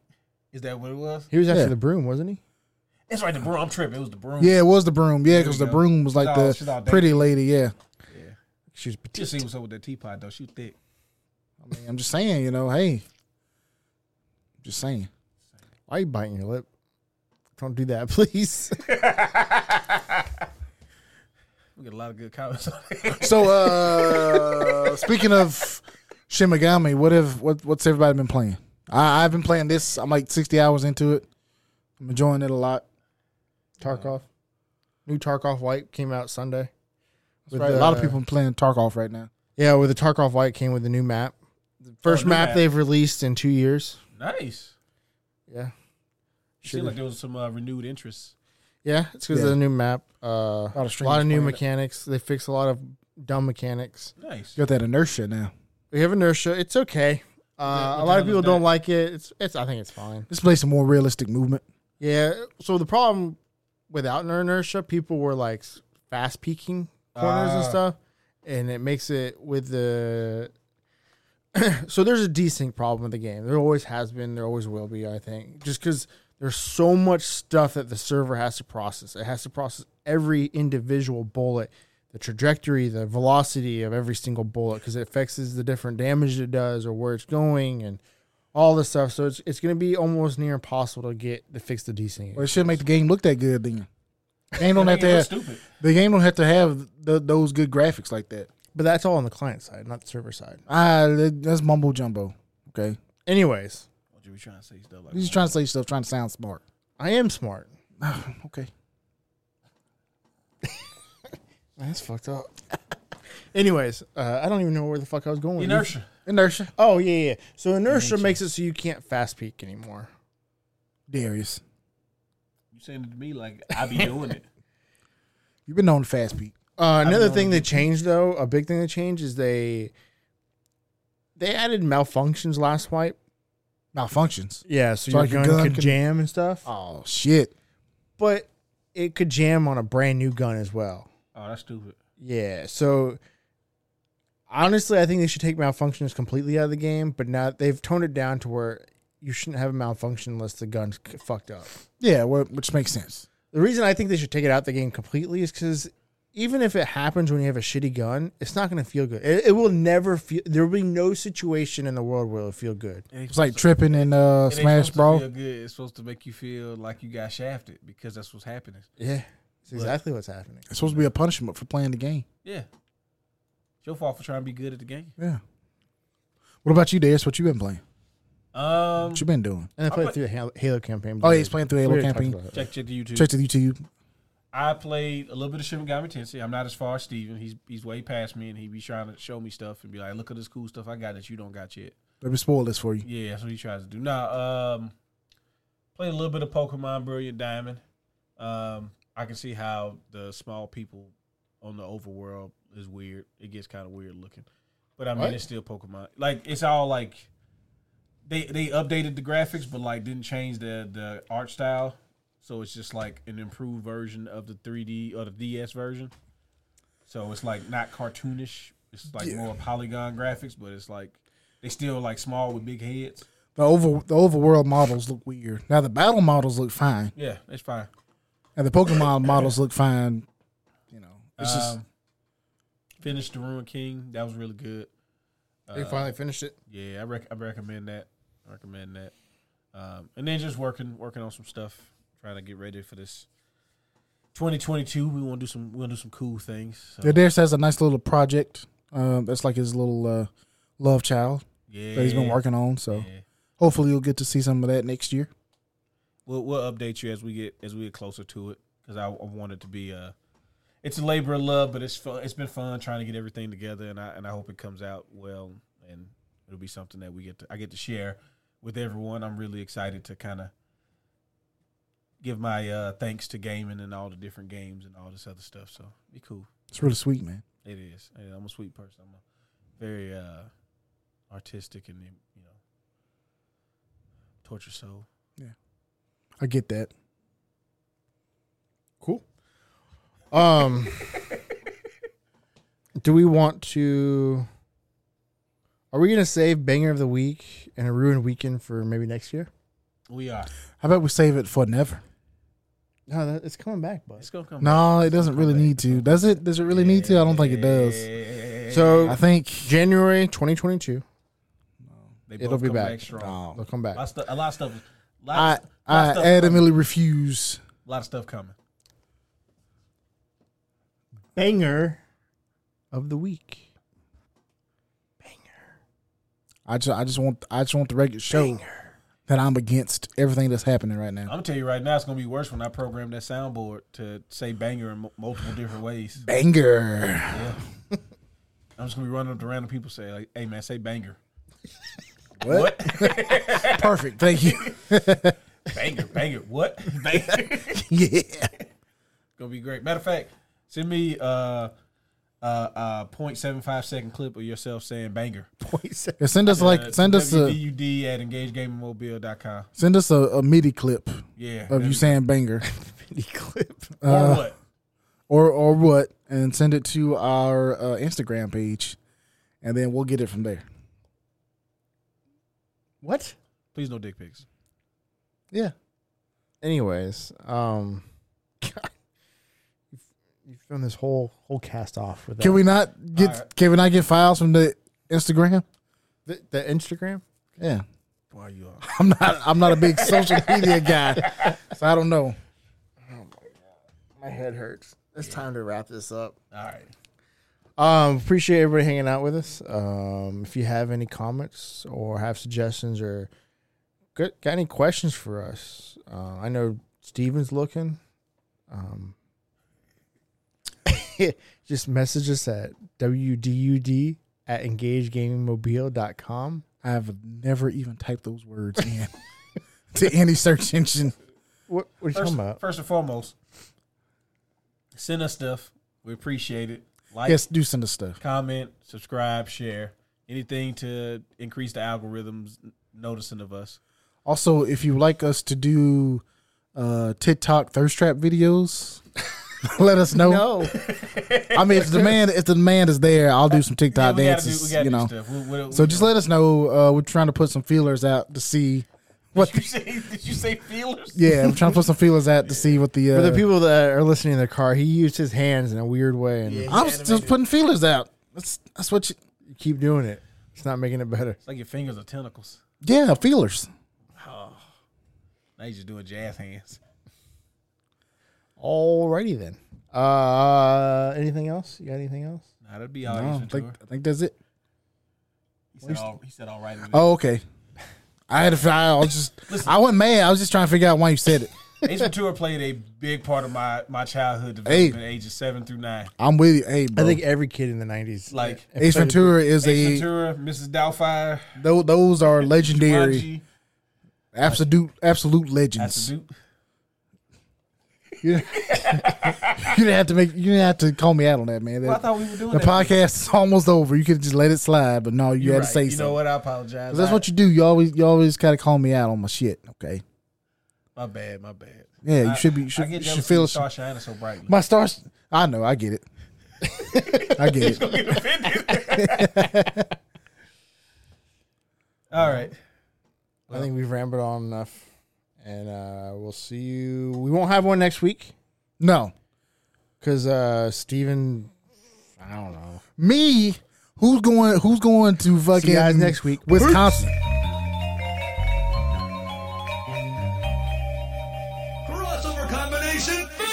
Speaker 2: is that what it was?
Speaker 4: He was after
Speaker 3: Yeah.
Speaker 4: the broom, wasn't he?
Speaker 2: It's right. The broom. I'm tripping. It was the broom.
Speaker 3: Yeah, it was the broom. Yeah, because
Speaker 2: you
Speaker 3: the
Speaker 2: go.
Speaker 3: broom was like
Speaker 2: She's all- she's all
Speaker 3: the pretty lady. Yeah.
Speaker 4: She was
Speaker 2: Just see what's up with that teapot though. She thick.
Speaker 3: I mean, I'm just saying, you know, hey. Just saying.
Speaker 4: Why you biting your lip? Don't do that, please.
Speaker 2: We get a lot of good comments. on it.
Speaker 3: So uh speaking of Shin Megami, what have what what's everybody been playing? I, I've been playing this. I'm like sixty hours into it. I'm enjoying it a lot.
Speaker 4: Tarkov, new Tarkov light came out Sunday. With uh,
Speaker 3: Right, uh, a lot of
Speaker 4: the-
Speaker 3: people playing Tarkov right now.
Speaker 4: Yeah, with the Tarkov light came with a new map. The first
Speaker 2: new
Speaker 4: map,
Speaker 2: map.
Speaker 4: they've released in two years.
Speaker 2: nice.
Speaker 4: Yeah.
Speaker 2: Seemed like there was some uh, renewed interest.
Speaker 4: Yeah, it's because
Speaker 3: Yeah.
Speaker 4: of the new map. Uh, a
Speaker 3: of
Speaker 4: lot of,
Speaker 3: streamers
Speaker 4: new
Speaker 3: playing it.
Speaker 4: mechanics. They fix a lot of dumb mechanics.
Speaker 2: Nice.
Speaker 3: Got that inertia now.
Speaker 4: We have inertia. It's okay.
Speaker 2: What
Speaker 4: Uh,
Speaker 2: the
Speaker 4: a lot
Speaker 2: hell
Speaker 4: of
Speaker 2: is
Speaker 4: people don't
Speaker 2: that?
Speaker 4: like it. It's it's. I think it's fine.
Speaker 3: Let's play some more realistic movement.
Speaker 4: Yeah. So the problem without iner- inertia, people were like s- fast peeking corners and
Speaker 2: Ah.
Speaker 4: stuff, and it makes it with the. so there's a desync problem with the game. There always has been. There always will be. I think just because there's so much stuff that the server has to process. It has to process every individual bullet, the trajectory, the velocity of every single bullet because it affects the different damage it does or where it's going and all this stuff. So it's it's going to be almost near impossible to get to fix the desync.
Speaker 3: Well, it should make the game look that good then. Game don't have to
Speaker 2: Ain't no
Speaker 3: have
Speaker 2: stupid.
Speaker 3: the game don't have to have th those good graphics like that.
Speaker 4: But that's all on the client side, not the server side.
Speaker 3: Ah, that- that's mumbo jumbo. Okay,
Speaker 4: Anyways,
Speaker 2: Drew. He's trying to say stuff like
Speaker 3: He's just trying to say stuff, trying to sound smart.
Speaker 4: I am smart.
Speaker 3: Okay.
Speaker 4: That's fucked up. Anyways, uh, I don't even know where the fuck I was going. with this.
Speaker 2: inertia.
Speaker 3: Inertia.
Speaker 4: Oh yeah, yeah. So inertia makes it so you can't fast peek anymore.
Speaker 3: Darius.
Speaker 2: You saying it to me like I be doing it.
Speaker 3: You've been known to fast beat.
Speaker 4: Uh, another
Speaker 2: known
Speaker 4: thing they changed though, a big thing they changed is they they added malfunctions last wipe.
Speaker 3: Malfunctions.
Speaker 4: Yeah, so,
Speaker 3: So
Speaker 4: your
Speaker 3: like your
Speaker 4: gun,
Speaker 3: gun
Speaker 4: could
Speaker 3: can-
Speaker 4: jam and stuff.
Speaker 3: Oh shit.
Speaker 4: But it could jam on a brand new gun as well.
Speaker 2: Oh, that's stupid.
Speaker 4: Yeah. So honestly, I think they should take malfunctions completely out of the game. But now they've toned it down to where you shouldn't have a malfunction unless the gun's c- fucked up.
Speaker 3: Yeah, wh- which makes sense.
Speaker 4: The reason I think they should take it out the game completely is because even if it happens when you have a shitty gun, it's not going to feel good. It, it will never feel. There will be no situation in the world where it'll feel good.
Speaker 3: It's like tripping in
Speaker 2: It
Speaker 3: uh,
Speaker 2: ain't
Speaker 3: Smash
Speaker 2: supposed to
Speaker 3: Brawl.
Speaker 2: feel good. It's supposed to make you feel like you got shafted because that's what's happening.
Speaker 4: Yeah, it's exactly what's happening.
Speaker 3: It's supposed to be a punishment for playing the game.
Speaker 2: Yeah. It's your fault for trying to be good at the game.
Speaker 3: Yeah. What about you, Darius? What you been playing?
Speaker 2: Um,
Speaker 3: What you been doing?
Speaker 4: And I played
Speaker 2: put-
Speaker 4: through the Halo, Halo campaign.
Speaker 3: Oh, yeah, he's playing through Halo
Speaker 4: We already talked
Speaker 3: campaign.
Speaker 4: about that.
Speaker 2: check check the YouTube.
Speaker 3: Check the YouTube.
Speaker 2: I played a little bit of Shin Megami Tensei. I'm not as far as Steven. He's he's way past me, and he be trying to show me stuff and be like, "Look at this cool stuff I got that you don't got yet."
Speaker 3: Let me spoil this for you.
Speaker 2: Yeah, that's what he tries to do. Now, um, played a little bit of Pokemon Brilliant Diamond. Um, I can see how the small people on the overworld is weird. It gets kind of weird looking, but I mean,
Speaker 4: What?
Speaker 2: it's still Pokemon. Like it's all like they they updated the graphics, but like didn't change the the art style. So it's just like an improved version of the 3D or the DS version. So it's like not cartoonish. It's like more polygon graphics, but it's like they still like small with big heads.
Speaker 3: The over the overworld models look weird. Now the battle models look fine,
Speaker 2: Yeah, it's fine.
Speaker 3: and the Pokemon models look fine. You know, it's just
Speaker 2: Um, finished the Ruin King. That was really good. Uh,
Speaker 4: They
Speaker 3: Uh,
Speaker 4: finally finished it.
Speaker 2: Yeah, I, rec- I recommend that. I recommend that. Um, and then just working working on some stuff, trying to get ready for this 2022. We want to do some we want to do some cool things. So,
Speaker 3: yeah, Darius has a nice little project. Um, that's like his little uh, love child
Speaker 2: yeah,
Speaker 3: that he's been working on. So
Speaker 2: yeah.
Speaker 3: hopefully you'll get to see some of that next year.
Speaker 2: We'll we'll update you as we get as we get closer to it because I, I want it to be a. It's a labor of love, but it's fun. It's been fun trying to get everything together, and I and I hope it comes out well, and it'll be something that we get to I get to share with everyone. I'm really excited to kind of give my uh, thanks to gaming and all the different games and all this other stuff. So be cool.
Speaker 3: It's really sweet, man.
Speaker 2: It is. And I'm a sweet person. I'm a very uh, artistic and you know torture soul.
Speaker 3: I get that.
Speaker 4: Cool. Um, do we want to? Are we gonna save banger of the week and a ruined weekend for maybe next year?
Speaker 2: We are.
Speaker 3: How about we save it for never?
Speaker 4: No, that, it's coming back, bud.
Speaker 2: It's gonna come.
Speaker 3: No, it doesn't really need to. Does it? Does it really need to? I don't think it does.
Speaker 2: does.
Speaker 3: I
Speaker 4: So
Speaker 3: think
Speaker 4: January 2022,
Speaker 2: they
Speaker 4: it'll be back.
Speaker 2: strong.
Speaker 4: they'll come
Speaker 2: A lot of
Speaker 4: back.
Speaker 2: stuff. A lot of stuff.
Speaker 3: I
Speaker 2: Lot,
Speaker 3: I
Speaker 2: lot of stuff coming.
Speaker 3: adamantly refuse.
Speaker 2: A lot of stuff coming.
Speaker 4: Banger of the week.
Speaker 3: I just I just want I just want the record to show that I'm against everything that's happening right
Speaker 2: I'm
Speaker 3: now.
Speaker 2: gonna tell you right now, it's gonna be worse when I program that soundboard to say banger in m- multiple different ways.
Speaker 3: Banger.
Speaker 2: I'm just gonna be running up to random people say like, "Hey man, say banger,
Speaker 3: What? Perfect. Thank you.
Speaker 2: banger, banger, what? Banger."
Speaker 3: yeah.
Speaker 2: gonna be great. Matter of fact, send me uh uh uh 0.75 second clip of yourself saying banger. Uh,
Speaker 3: And send us like send us a
Speaker 2: WDUD at engagegamingmobile.com.
Speaker 3: send us a, a MIDI clip
Speaker 2: Yeah,
Speaker 3: of you saying uh, banger
Speaker 4: clip.
Speaker 2: or what?
Speaker 3: or or what, and send it to our uh, Instagram page, and then we'll get it from there.
Speaker 4: What?
Speaker 2: Please no dick pics.
Speaker 3: Yeah.
Speaker 4: Anyways, um, God, you've, you've thrown this whole whole cast off with that.
Speaker 3: Can we not get
Speaker 2: Alright.
Speaker 3: can we not get files from the Instagram?
Speaker 4: the, the Instagram?
Speaker 3: Yeah.
Speaker 2: Why you are?
Speaker 3: I'm not I'm not a big social media guy. So I don't know.
Speaker 4: My head hurts. It's time to wrap this up.
Speaker 2: All right.
Speaker 4: Um, appreciate everybody hanging out with us. Um, if you have any comments or have suggestions or good, got any questions for us? Uh, I know Steven's looking. Um, just message us at wdud at engagegamingmobile.com.
Speaker 3: I've never even typed those words in to any search engine.
Speaker 4: What, what are you
Speaker 2: First,
Speaker 4: talking about?
Speaker 2: first and foremost, send us stuff. We appreciate it. Like,
Speaker 3: Yes, do send us stuff.
Speaker 2: comment, subscribe, share. Anything to increase the algorithms noticing of us.
Speaker 3: Also, if you would like us to do uh, TikTok thirst trap videos, let us know.
Speaker 4: No.
Speaker 3: I mean, if the demand if the demand is there, I'll do some TikTok
Speaker 2: we gotta do-
Speaker 3: dances.
Speaker 2: we gotta
Speaker 3: you
Speaker 2: do
Speaker 3: know.
Speaker 2: stuff. We- we-
Speaker 3: So
Speaker 2: we-
Speaker 3: just let us know. Uh, we're trying to put some feelers out to see what.
Speaker 2: Did you say? Did you say feelers?
Speaker 3: yeah, I'm trying to put some feelers out to see what the. Uh,
Speaker 4: For the people that are listening in the car, he used his hands in a weird way, and
Speaker 2: Yeah.
Speaker 3: I'm just putting feelers out. That's that's what. You,
Speaker 4: you keep doing it. It's not making it better.
Speaker 2: It's like your fingers are tentacles.
Speaker 3: yeah, feelers.
Speaker 2: Now you just doing jazz hands.
Speaker 4: Alrighty then. Uh, anything else? You got anything else?
Speaker 2: Nah, that'd be all.
Speaker 3: I, don't
Speaker 2: Eastern
Speaker 3: think,
Speaker 2: Tour.
Speaker 3: I think that's it.
Speaker 2: He said all. He said all right. with it.
Speaker 3: Oh, okay. I had to. I was just. I wasn't mad. I was just trying to figure out why you said it.
Speaker 2: Ace Ventura played a big part of my my childhood
Speaker 3: Hey.
Speaker 2: development, ages seven through nine.
Speaker 3: I'm with you. Hey, bro.
Speaker 4: I think every kid in the '90s,
Speaker 2: Like-
Speaker 3: Ace Ventura is
Speaker 2: Ace
Speaker 3: a.
Speaker 2: Ventura, Mrs. Doubtfire,
Speaker 3: Those, those are legendary,
Speaker 2: Jumanji,
Speaker 3: absolute, absolute legends.
Speaker 2: that's a dude.
Speaker 3: You didn't have to make. You didn't have to call me out on that, man.
Speaker 2: Well, I
Speaker 3: That-
Speaker 2: thought we were doing
Speaker 3: the
Speaker 2: that.
Speaker 3: podcast is almost over. You could just let it slide, but no, you
Speaker 2: You're
Speaker 3: had
Speaker 2: right.
Speaker 3: to say
Speaker 2: You know
Speaker 3: something.
Speaker 2: what? I apologize.
Speaker 3: 'Cause that's
Speaker 2: I-
Speaker 3: what you do. You always, you always gotta call me out on my shit. Okay.
Speaker 2: My bad. My bad.
Speaker 3: Yeah, you
Speaker 2: I-
Speaker 3: should be. You
Speaker 2: I get
Speaker 3: should, you
Speaker 2: jealous
Speaker 3: should
Speaker 2: when
Speaker 3: feel.
Speaker 2: you start shining so brightly.
Speaker 3: My stars. I know. I get it. I get it.
Speaker 2: Don't get offended. All right.
Speaker 4: I think we've rambled on enough, and uh, we'll see you. We won't have one next week
Speaker 3: No,
Speaker 4: because uh, Steven, I don't know.
Speaker 3: me. Who's going? Who's going to fucking
Speaker 4: guys next week.
Speaker 3: Wisconsin?
Speaker 1: crossover combination.